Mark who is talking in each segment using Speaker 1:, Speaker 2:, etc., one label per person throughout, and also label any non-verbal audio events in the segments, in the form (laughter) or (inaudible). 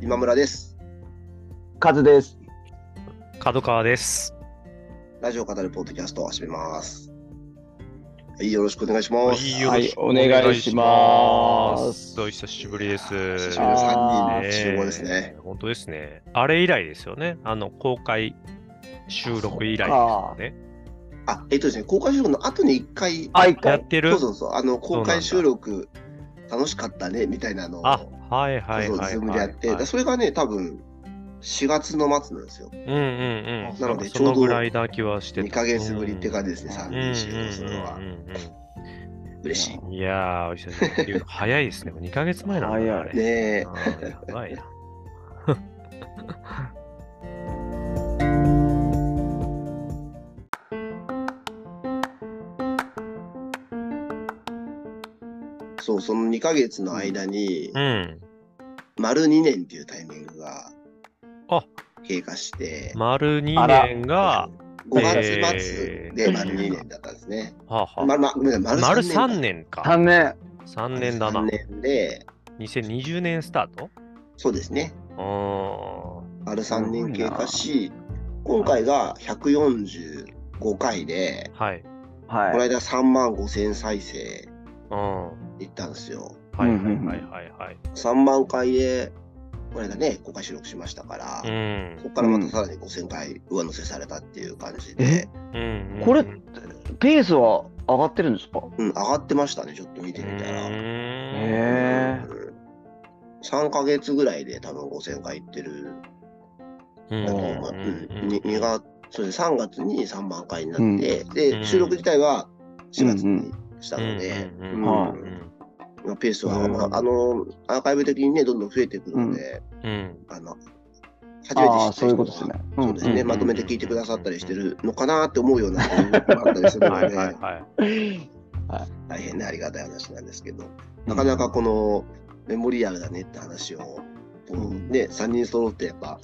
Speaker 1: 今村です。
Speaker 2: カズです。
Speaker 3: 角川です。
Speaker 1: ラジオ語るポッドキャストを始めます。はい、よろしくお願いし
Speaker 3: は
Speaker 1: ます。
Speaker 3: い
Speaker 2: はいお願いします
Speaker 3: お久しぶりです。
Speaker 1: 久しぶり
Speaker 2: で
Speaker 1: の3
Speaker 2: す
Speaker 1: 人
Speaker 3: ね
Speaker 1: の
Speaker 3: え
Speaker 1: 集合ですね。。
Speaker 3: 本当ですね。あれ以来ですよね。あの公開収録以来ですよね。
Speaker 1: あ、えっとですね、公開収録の後に一回、
Speaker 2: あ一回
Speaker 3: やってる
Speaker 1: そうそうそう、あの、公開収録楽しかったね、みたいなのを、
Speaker 3: あ、はいはい
Speaker 1: そうそう、
Speaker 3: はいはい。
Speaker 1: ズームでやって、だからそれがね、多分、4月の末なんですよ。
Speaker 3: うんうんうん。
Speaker 1: なので
Speaker 3: んかそのぐらいな気はして
Speaker 1: 2
Speaker 3: た。
Speaker 1: ヶ月ぶりって感じですね、3
Speaker 2: うん
Speaker 3: うんう
Speaker 1: 人
Speaker 3: ん
Speaker 1: 集合するのは
Speaker 3: う。ん
Speaker 1: 嬉しい。
Speaker 3: うん。いやー、お久しぶりっていうの早いですね。もう2ヶ月前なんだね。
Speaker 2: 早い
Speaker 3: あれ
Speaker 1: ねえ
Speaker 3: あ。ーやばいな。
Speaker 1: そう、その2ヶ月の間に、
Speaker 3: うん。
Speaker 1: 丸2年っていうタイミングが
Speaker 3: あ
Speaker 1: 経過して、
Speaker 2: あ
Speaker 3: 丸2
Speaker 2: ら
Speaker 3: 年が、
Speaker 1: 5月末で丸2年だったんですね。
Speaker 3: はあはあ
Speaker 1: ままごめんなさい
Speaker 3: 丸
Speaker 1: 丸3
Speaker 3: 3
Speaker 1: 年
Speaker 3: 年か。
Speaker 2: 三年。
Speaker 3: 3年だな
Speaker 1: 3。年で、
Speaker 3: 2020年スタート
Speaker 1: そうですね。
Speaker 3: あ
Speaker 1: 丸3年経過し、今回が145回で、
Speaker 3: あ。はい。
Speaker 1: この
Speaker 2: はい。
Speaker 1: 間3万5千再生
Speaker 3: うん。
Speaker 1: いったんですよ。
Speaker 3: はいはい
Speaker 2: うんうんうん
Speaker 3: はいはいはい。
Speaker 1: 3万回で、この間ね、公開収録しましたから、
Speaker 3: うん
Speaker 1: そこからまたさらに5000回上乗せされたっていう感じで、
Speaker 3: うんうん。
Speaker 2: これ
Speaker 3: う
Speaker 2: ペースは上がってるんですか。
Speaker 1: うん、上がってましたね、ちょっと見てみたら。
Speaker 3: ーん
Speaker 2: へえ。
Speaker 1: 3ヶ月ぐらいで多分5000回いってる。
Speaker 3: うん
Speaker 1: だと
Speaker 3: う
Speaker 1: 思ううん
Speaker 3: んうん
Speaker 1: に2月、そうですね3月に3万回になって、で、収録自体は4月にしたので、
Speaker 3: うん
Speaker 1: うん
Speaker 2: は
Speaker 1: まあペースは、
Speaker 2: うん
Speaker 1: まあ、あの、アーカイブ的にね、どんどん増えてくるので、
Speaker 3: うんうん
Speaker 1: あの、初めて
Speaker 2: あ
Speaker 1: 知
Speaker 2: あ、
Speaker 1: った
Speaker 2: そういうことですね。
Speaker 1: そうですね、
Speaker 3: うん
Speaker 1: まとめて聞いてくださったりしてるのかなって思うようなこともあったりするの
Speaker 3: はい
Speaker 1: で、
Speaker 3: はいはい。
Speaker 1: 大変ねありがたい話なんですけど、なかなかこのメモリアルだねって話を、こうね、3人揃ってやっぱ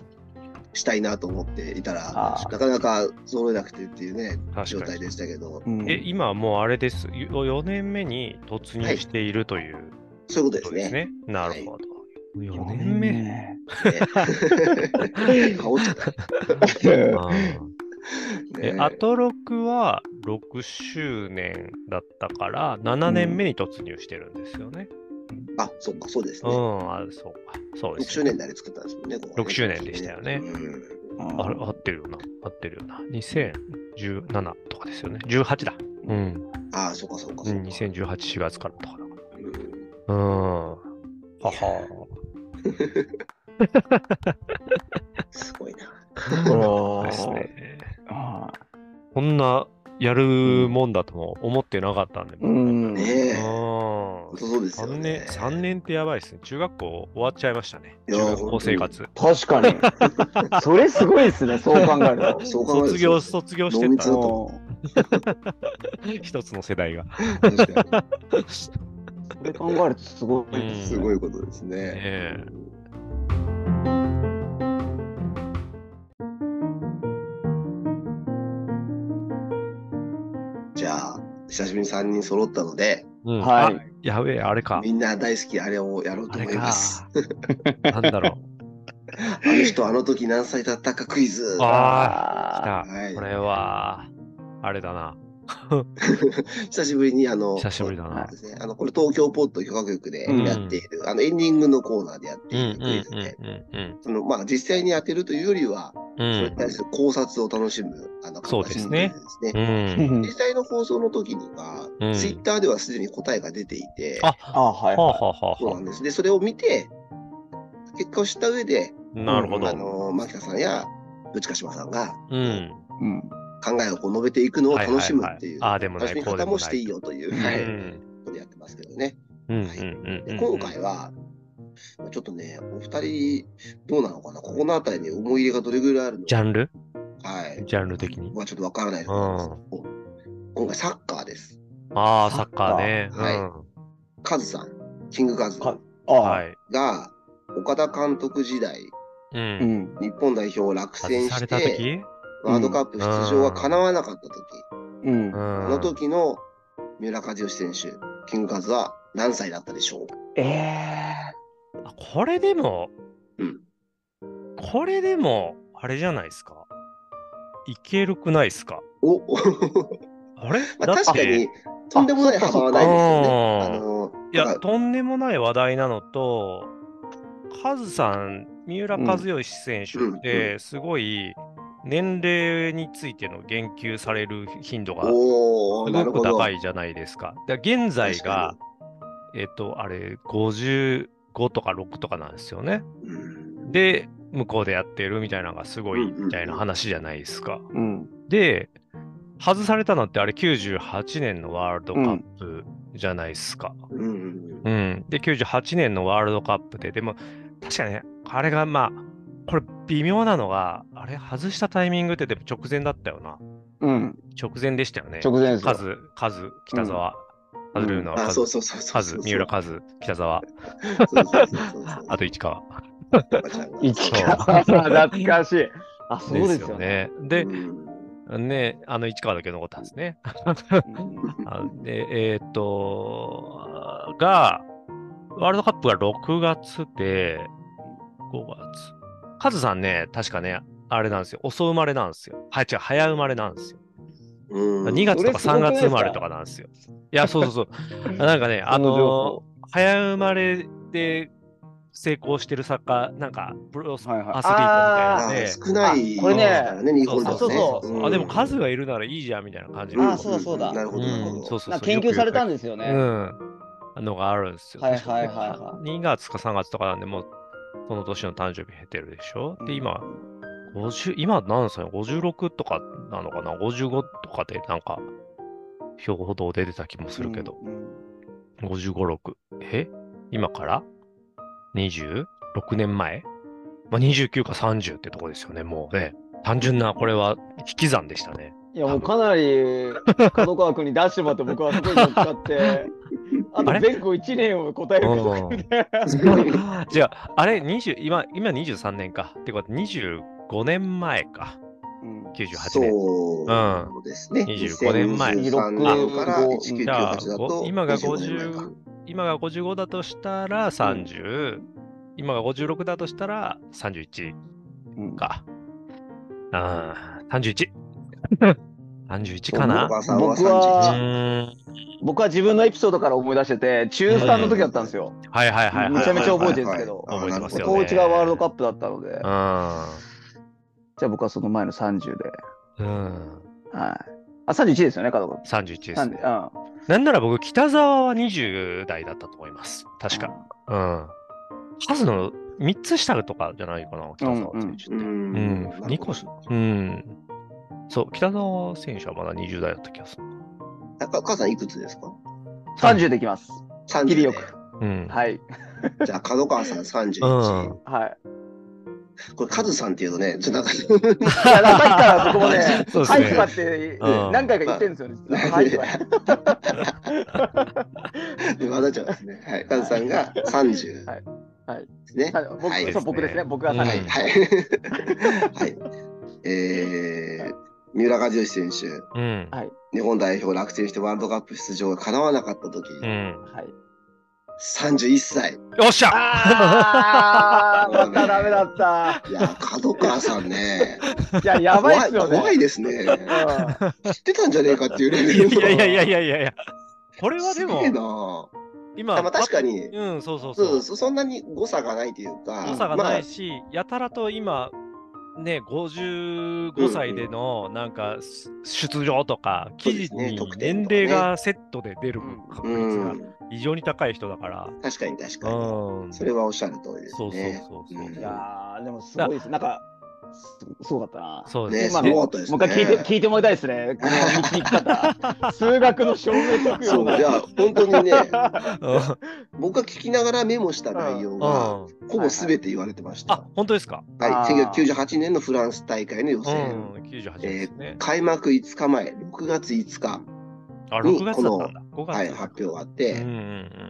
Speaker 1: したいなと思っていたら、
Speaker 2: あ
Speaker 1: なかなか揃えなくてっていうね、状
Speaker 3: 確か
Speaker 1: 態
Speaker 3: に。
Speaker 1: でしたけど、
Speaker 2: うん
Speaker 3: え、今はもうあれです。4年目に突入しているという
Speaker 1: そういうこと
Speaker 3: こ
Speaker 1: で
Speaker 3: と
Speaker 1: す
Speaker 3: で
Speaker 1: ね。
Speaker 3: すね。なるほど。4年目。
Speaker 2: (laughs)
Speaker 1: ね顔じゃない
Speaker 3: あーえ
Speaker 1: ね
Speaker 3: アトロクは6周年だったから7年目に突入してるんですよね。
Speaker 1: あ、そっか、そうです
Speaker 3: う
Speaker 1: ね。
Speaker 3: ん、あそうか。そう
Speaker 1: 6
Speaker 3: です、
Speaker 1: 周年であれ作ったんですもんね。ここね
Speaker 3: 6周年でしたよね
Speaker 1: うん
Speaker 3: あれ合ってるよな。合ってるよな。2017とかですよね。18だ。うん。
Speaker 1: ああ、そっか、そっか、
Speaker 3: う
Speaker 1: そっ
Speaker 3: ん
Speaker 1: か。
Speaker 3: 2018、4月からとかだか
Speaker 1: うん
Speaker 3: ら。うん。はは
Speaker 1: すごいな。
Speaker 3: ー。
Speaker 2: こ
Speaker 3: です。ね。
Speaker 2: あ
Speaker 3: こんなやるもんだとも思ってなかったんで。
Speaker 2: ーう
Speaker 3: うん。
Speaker 2: ん。
Speaker 1: ねえ。本当そうですよ
Speaker 3: 3
Speaker 1: ね
Speaker 3: 年、。三年ってやばいですね。中学校終わっちゃいましたね。
Speaker 1: いや
Speaker 3: 中学校生活。
Speaker 2: 確かに。 (laughs) それすごいですね。そう考えると。
Speaker 1: そう考えると
Speaker 3: 卒業、卒業してた
Speaker 1: 濃密
Speaker 2: うん
Speaker 3: 一つの世代が。
Speaker 1: 確かに
Speaker 2: それ考えるとすごいです
Speaker 1: すごいことですね。
Speaker 3: ええ
Speaker 1: じゃあ、久しぶりに3人揃ったので、
Speaker 3: うん
Speaker 2: は。
Speaker 3: あ
Speaker 2: い。
Speaker 3: やべえ、あれか。
Speaker 1: みんな大好きあれをやろうと
Speaker 3: あれ
Speaker 1: 思い
Speaker 3: か
Speaker 1: ます。。 (laughs)
Speaker 3: なんだろ
Speaker 1: あの人、あの時何歳だったかクイズ。
Speaker 3: う。あ
Speaker 2: あ
Speaker 3: あ、来た。
Speaker 1: はい
Speaker 3: これは、あれだな。
Speaker 1: 久しぶりに、あの、
Speaker 3: 久しぶりだな
Speaker 1: そうですね、あのこれ東京ポッド許可局でやっている、あのエンディングのコーナーでやって
Speaker 3: う
Speaker 1: いる
Speaker 3: ん
Speaker 1: ク
Speaker 3: う
Speaker 1: イ
Speaker 3: ん
Speaker 1: ズ
Speaker 3: う
Speaker 1: で、
Speaker 3: んうん
Speaker 1: そのまあ、実際に当てるというよりは、
Speaker 3: う
Speaker 1: それに
Speaker 3: ん。
Speaker 1: 対する考察を楽しむ、あの
Speaker 3: そうですね
Speaker 1: 考察です
Speaker 3: う
Speaker 1: ね
Speaker 3: ん。
Speaker 1: 実際の放送の時には、
Speaker 3: うん
Speaker 1: ツイッターではすでに答えが出ていて、
Speaker 3: あ、
Speaker 2: ああ、はい
Speaker 3: はあ。はあはあ
Speaker 1: そうな
Speaker 3: は
Speaker 1: んです。で、それを見て、結果を知った上で、
Speaker 3: あ。なるほ
Speaker 1: あ
Speaker 3: ど。
Speaker 1: の、牧田さんや、ぶちかしまさんが
Speaker 3: うん。
Speaker 2: うん。
Speaker 1: 考えをこう述べていくのを楽しむっていう、
Speaker 3: はいはいはいあーでもない
Speaker 1: 楽しみ
Speaker 3: こうで
Speaker 1: 方
Speaker 3: もな
Speaker 1: も
Speaker 3: い
Speaker 1: していいよという、
Speaker 2: うん
Speaker 1: はい、
Speaker 3: うん
Speaker 1: ことやってますけどね。
Speaker 3: うんうんう
Speaker 1: で
Speaker 3: ん。
Speaker 1: 今回は、ちょっとね、お二人、どうなのかな、ここのあたりに思い入れがどれぐらいあるの
Speaker 3: ジャンル
Speaker 1: か、はい、
Speaker 3: ジャンル的に。
Speaker 1: まあちょっとわからないと思いますけど、今回、サッカーです。
Speaker 3: ああ、サッカーね。
Speaker 1: サ
Speaker 3: う
Speaker 1: ッカー
Speaker 3: ん。
Speaker 1: カズさん、キングカズ
Speaker 2: かあ
Speaker 3: は
Speaker 2: あ。
Speaker 3: い。
Speaker 1: が、岡田監督時代、
Speaker 3: う。
Speaker 2: うんん。
Speaker 1: 日本代表を落
Speaker 3: 外
Speaker 1: 選
Speaker 3: さ
Speaker 1: し
Speaker 3: れた
Speaker 1: て、
Speaker 3: 時
Speaker 1: ワールドカップ出場が叶わなかった時、
Speaker 2: うん
Speaker 3: う。
Speaker 1: あ
Speaker 3: ん。
Speaker 1: の時の三浦知良選手、キングカズは何歳だったでしょう
Speaker 2: ええ。
Speaker 3: あこれでも
Speaker 1: うん、
Speaker 3: これでも、あれじゃないですか。いけるくないですか。
Speaker 1: お (laughs)
Speaker 3: あれ
Speaker 1: まあ、確かに、とんでもない幅はないですよね。あ
Speaker 3: あ
Speaker 1: の
Speaker 3: い
Speaker 1: だ
Speaker 3: や、
Speaker 1: か
Speaker 3: とんでもない話題なのと、カズさん、三浦和義選手って、すごい年齢についての言及される頻度が
Speaker 1: らおお
Speaker 3: す
Speaker 1: なる
Speaker 3: ごく
Speaker 1: ほど。
Speaker 3: 高いじゃないですか。だから現在が、えっと、あれ、55とか6とかなんですよね。
Speaker 1: うん
Speaker 3: で、向こうでやってるみたいなのがすごい
Speaker 1: うんうんうん
Speaker 3: みたいな話じゃないですか。
Speaker 2: うん。
Speaker 3: で、外されたのってあれ98年のワールドカップじゃないですか。
Speaker 1: うんうん
Speaker 3: うん、で、98年のワールドカップで、でも、確かにね、あれがまあ、これ微妙なのが、あれ外したタイミングってでも直前だったよな。
Speaker 2: うん。
Speaker 3: 直前でしたよね。
Speaker 2: 直前ですよ
Speaker 3: カズ、カズ、北沢、
Speaker 2: うん
Speaker 3: カズルーの
Speaker 1: あ、
Speaker 3: カ
Speaker 1: そ
Speaker 3: ズ
Speaker 1: う、そうそうそう
Speaker 3: カ
Speaker 1: そ
Speaker 3: ズ
Speaker 1: う。
Speaker 3: 三浦カズ、北沢、
Speaker 1: そうそうそうそうそう
Speaker 3: あと市川。
Speaker 1: パパちゃんが
Speaker 2: 一
Speaker 3: 川
Speaker 2: か (laughs) 懐かしい。あ、そうですよね。
Speaker 3: ね。で
Speaker 1: う、ん
Speaker 3: ね、あの市川だけ残ったんですね。あで、えーっと、が、ワールドカップが6月で、5月。カズさんね、確かね、あれなんですよ。遅生まれなんですよ。はい、違う、早生まれなんですよ。
Speaker 1: うん
Speaker 3: 2月とか
Speaker 2: それ
Speaker 3: 3
Speaker 2: すごくないで
Speaker 3: 月
Speaker 2: すか
Speaker 3: 生まれとかなんですよ。いや、そうそう
Speaker 2: (laughs)
Speaker 3: そう。なんかね、あ
Speaker 2: その情
Speaker 3: の
Speaker 2: 報
Speaker 3: 早生まれで成功してる作家、なんか、プロス、
Speaker 2: はいはい
Speaker 3: アスリートみたいな
Speaker 1: あ
Speaker 3: ので、
Speaker 1: ー少ない
Speaker 2: あこれね
Speaker 1: ですからね、日本だ
Speaker 3: そ
Speaker 1: と
Speaker 3: う
Speaker 1: ね。
Speaker 3: そうそう。
Speaker 1: ん
Speaker 3: あ、でも数がいるならいいじゃんみたいな感じ
Speaker 1: ん
Speaker 2: あそうだそうだ
Speaker 1: なるほど、なるほ
Speaker 3: うん、
Speaker 1: ど。
Speaker 3: そ
Speaker 1: (laughs)
Speaker 3: うそうそ
Speaker 2: な
Speaker 3: うん
Speaker 2: か研究されたん
Speaker 3: で
Speaker 2: ですよね。
Speaker 3: うん。のがあるんですよ。
Speaker 2: はいはいはいは
Speaker 3: 2月か3月とかなんで、もう、その年の誕生日経てるでしょで、今、50、今何歳 ?56 とかなのかな ?55 とかで、なんか、表報道で出てた気もするけど、
Speaker 2: うん。
Speaker 3: 55、6。え今から26年前まあ、29か30ってとこですよね、もうね。単純な、これは引き算でしたね。
Speaker 2: いやもうかなり角川君に出してもらって僕はそこに乗っか
Speaker 3: (laughs)
Speaker 2: ってあと
Speaker 3: あれ
Speaker 2: 全国1年を答えること
Speaker 3: うん
Speaker 2: で
Speaker 3: (laughs) じゃあ、あれ、20、今、今23年か。ってことは25年前か。98年。
Speaker 1: そううですね。
Speaker 3: 25年前
Speaker 1: 2023年から
Speaker 2: あ
Speaker 1: 1998
Speaker 3: じゃあ
Speaker 1: だ
Speaker 3: ご
Speaker 1: と、
Speaker 3: 今が
Speaker 1: 25年前か
Speaker 3: 50、今が55だとしたら30、今が56だとしたら31
Speaker 2: うん
Speaker 3: か。ああ、31。31か
Speaker 1: お
Speaker 3: な。
Speaker 1: 母さんは
Speaker 2: 僕は
Speaker 1: 31。
Speaker 3: うーん。
Speaker 2: 僕は自分のエピソードから思い出してて中3の時だったんですよ、
Speaker 3: はいはいはいはい。
Speaker 2: めちゃめちゃ覚えてるんですけど
Speaker 1: はいはいはいはい
Speaker 3: 覚えてますよね
Speaker 2: 高一がワールドカップだったので、じゃ
Speaker 3: う
Speaker 2: あ僕はその前の30で、
Speaker 3: ん。うん。
Speaker 2: はい、あ31ですよね角川君
Speaker 3: 31ですね。
Speaker 2: 30
Speaker 3: なんなら僕、北沢は20代だったと思います。確か。うん。数の3つ下とかじゃないかな、北沢選手って。
Speaker 1: ん
Speaker 3: うん二個しうん。そう、北沢選手はまだ20代だった気がする。
Speaker 1: あ母さんいくつですか
Speaker 2: うん、30でいきます
Speaker 1: 30
Speaker 2: 切りよく
Speaker 3: うん。
Speaker 2: はい
Speaker 1: じゃあ、角川さん
Speaker 3: うん
Speaker 1: 31。
Speaker 2: はい
Speaker 1: これ、カズさんっていうとね、ちょっとなんか、
Speaker 2: いやだからさっきからそこもね
Speaker 3: そうです
Speaker 2: ハ
Speaker 3: ね
Speaker 2: イパって
Speaker 3: うん
Speaker 2: 何回か言ってるんですよね実はハイパ
Speaker 1: 混ざっちゃうんですね。はい。カズさんが30。
Speaker 2: はいは
Speaker 1: で
Speaker 2: い
Speaker 1: すね。
Speaker 2: はい僕、
Speaker 1: はい
Speaker 2: そう僕ですね、僕が
Speaker 3: うん
Speaker 2: は
Speaker 1: はいい、はい。はい。えー、三浦知良選手、
Speaker 3: うん。
Speaker 1: 日本代表落選してワールドカップ出場が叶わなかった時、
Speaker 3: うん。
Speaker 2: はい。
Speaker 1: 31歳。
Speaker 3: よっしゃ
Speaker 2: あー、またダメだった。
Speaker 1: いや、角川さんね、
Speaker 3: (laughs)
Speaker 2: いや、やばいっすよね。
Speaker 1: 怖い怖いですね。
Speaker 2: うん
Speaker 1: 知ってたんじゃねえかっていうレベ
Speaker 3: い
Speaker 1: ルの。
Speaker 3: やいやいやいやいやいや。これはですも
Speaker 1: げえ、な
Speaker 3: 今、
Speaker 1: まあ確かに
Speaker 3: うん、そうそう
Speaker 1: そ
Speaker 3: そうう。
Speaker 1: そ、そんなに誤差がないというか。
Speaker 3: 誤差がない
Speaker 1: ま
Speaker 3: し、やたらと今、ね、55歳でのなんか出場とか、記事に
Speaker 1: そうですね得点とかね
Speaker 3: 年齢がセットで出る
Speaker 1: あ
Speaker 3: 確
Speaker 1: う
Speaker 3: 率が
Speaker 1: ん、
Speaker 3: 異常に高い人だから。
Speaker 1: 確かに確かに。
Speaker 3: うん。
Speaker 1: それはおっしゃる通りです
Speaker 3: そうそう
Speaker 1: ね。
Speaker 3: そうそう。
Speaker 1: うん
Speaker 2: いやー、でもすごいです。なんか、すすごかったな。
Speaker 3: そう
Speaker 1: ね、
Speaker 3: ですす
Speaker 2: 今の
Speaker 1: ごかったです
Speaker 2: も
Speaker 1: ね。
Speaker 2: う一回聞いて聞いてもらいたいですね。この導き方。数学の証明特
Speaker 1: そ
Speaker 2: 用
Speaker 1: う、
Speaker 2: の。
Speaker 1: いや、本当にね、
Speaker 3: うん
Speaker 1: 僕が聞きながらメモした内容が、
Speaker 3: うん
Speaker 1: ほぼ全て言われてました。
Speaker 3: あ、本当ですか。
Speaker 1: はい、
Speaker 2: あー
Speaker 1: 1998年のフランス大会の予
Speaker 3: う
Speaker 1: 選、
Speaker 3: ん、98ですね。
Speaker 1: 開幕5日前、6月5日、
Speaker 3: あ、
Speaker 1: に
Speaker 3: 6月だったんだ。5月。
Speaker 1: はい、発表があって、
Speaker 3: うん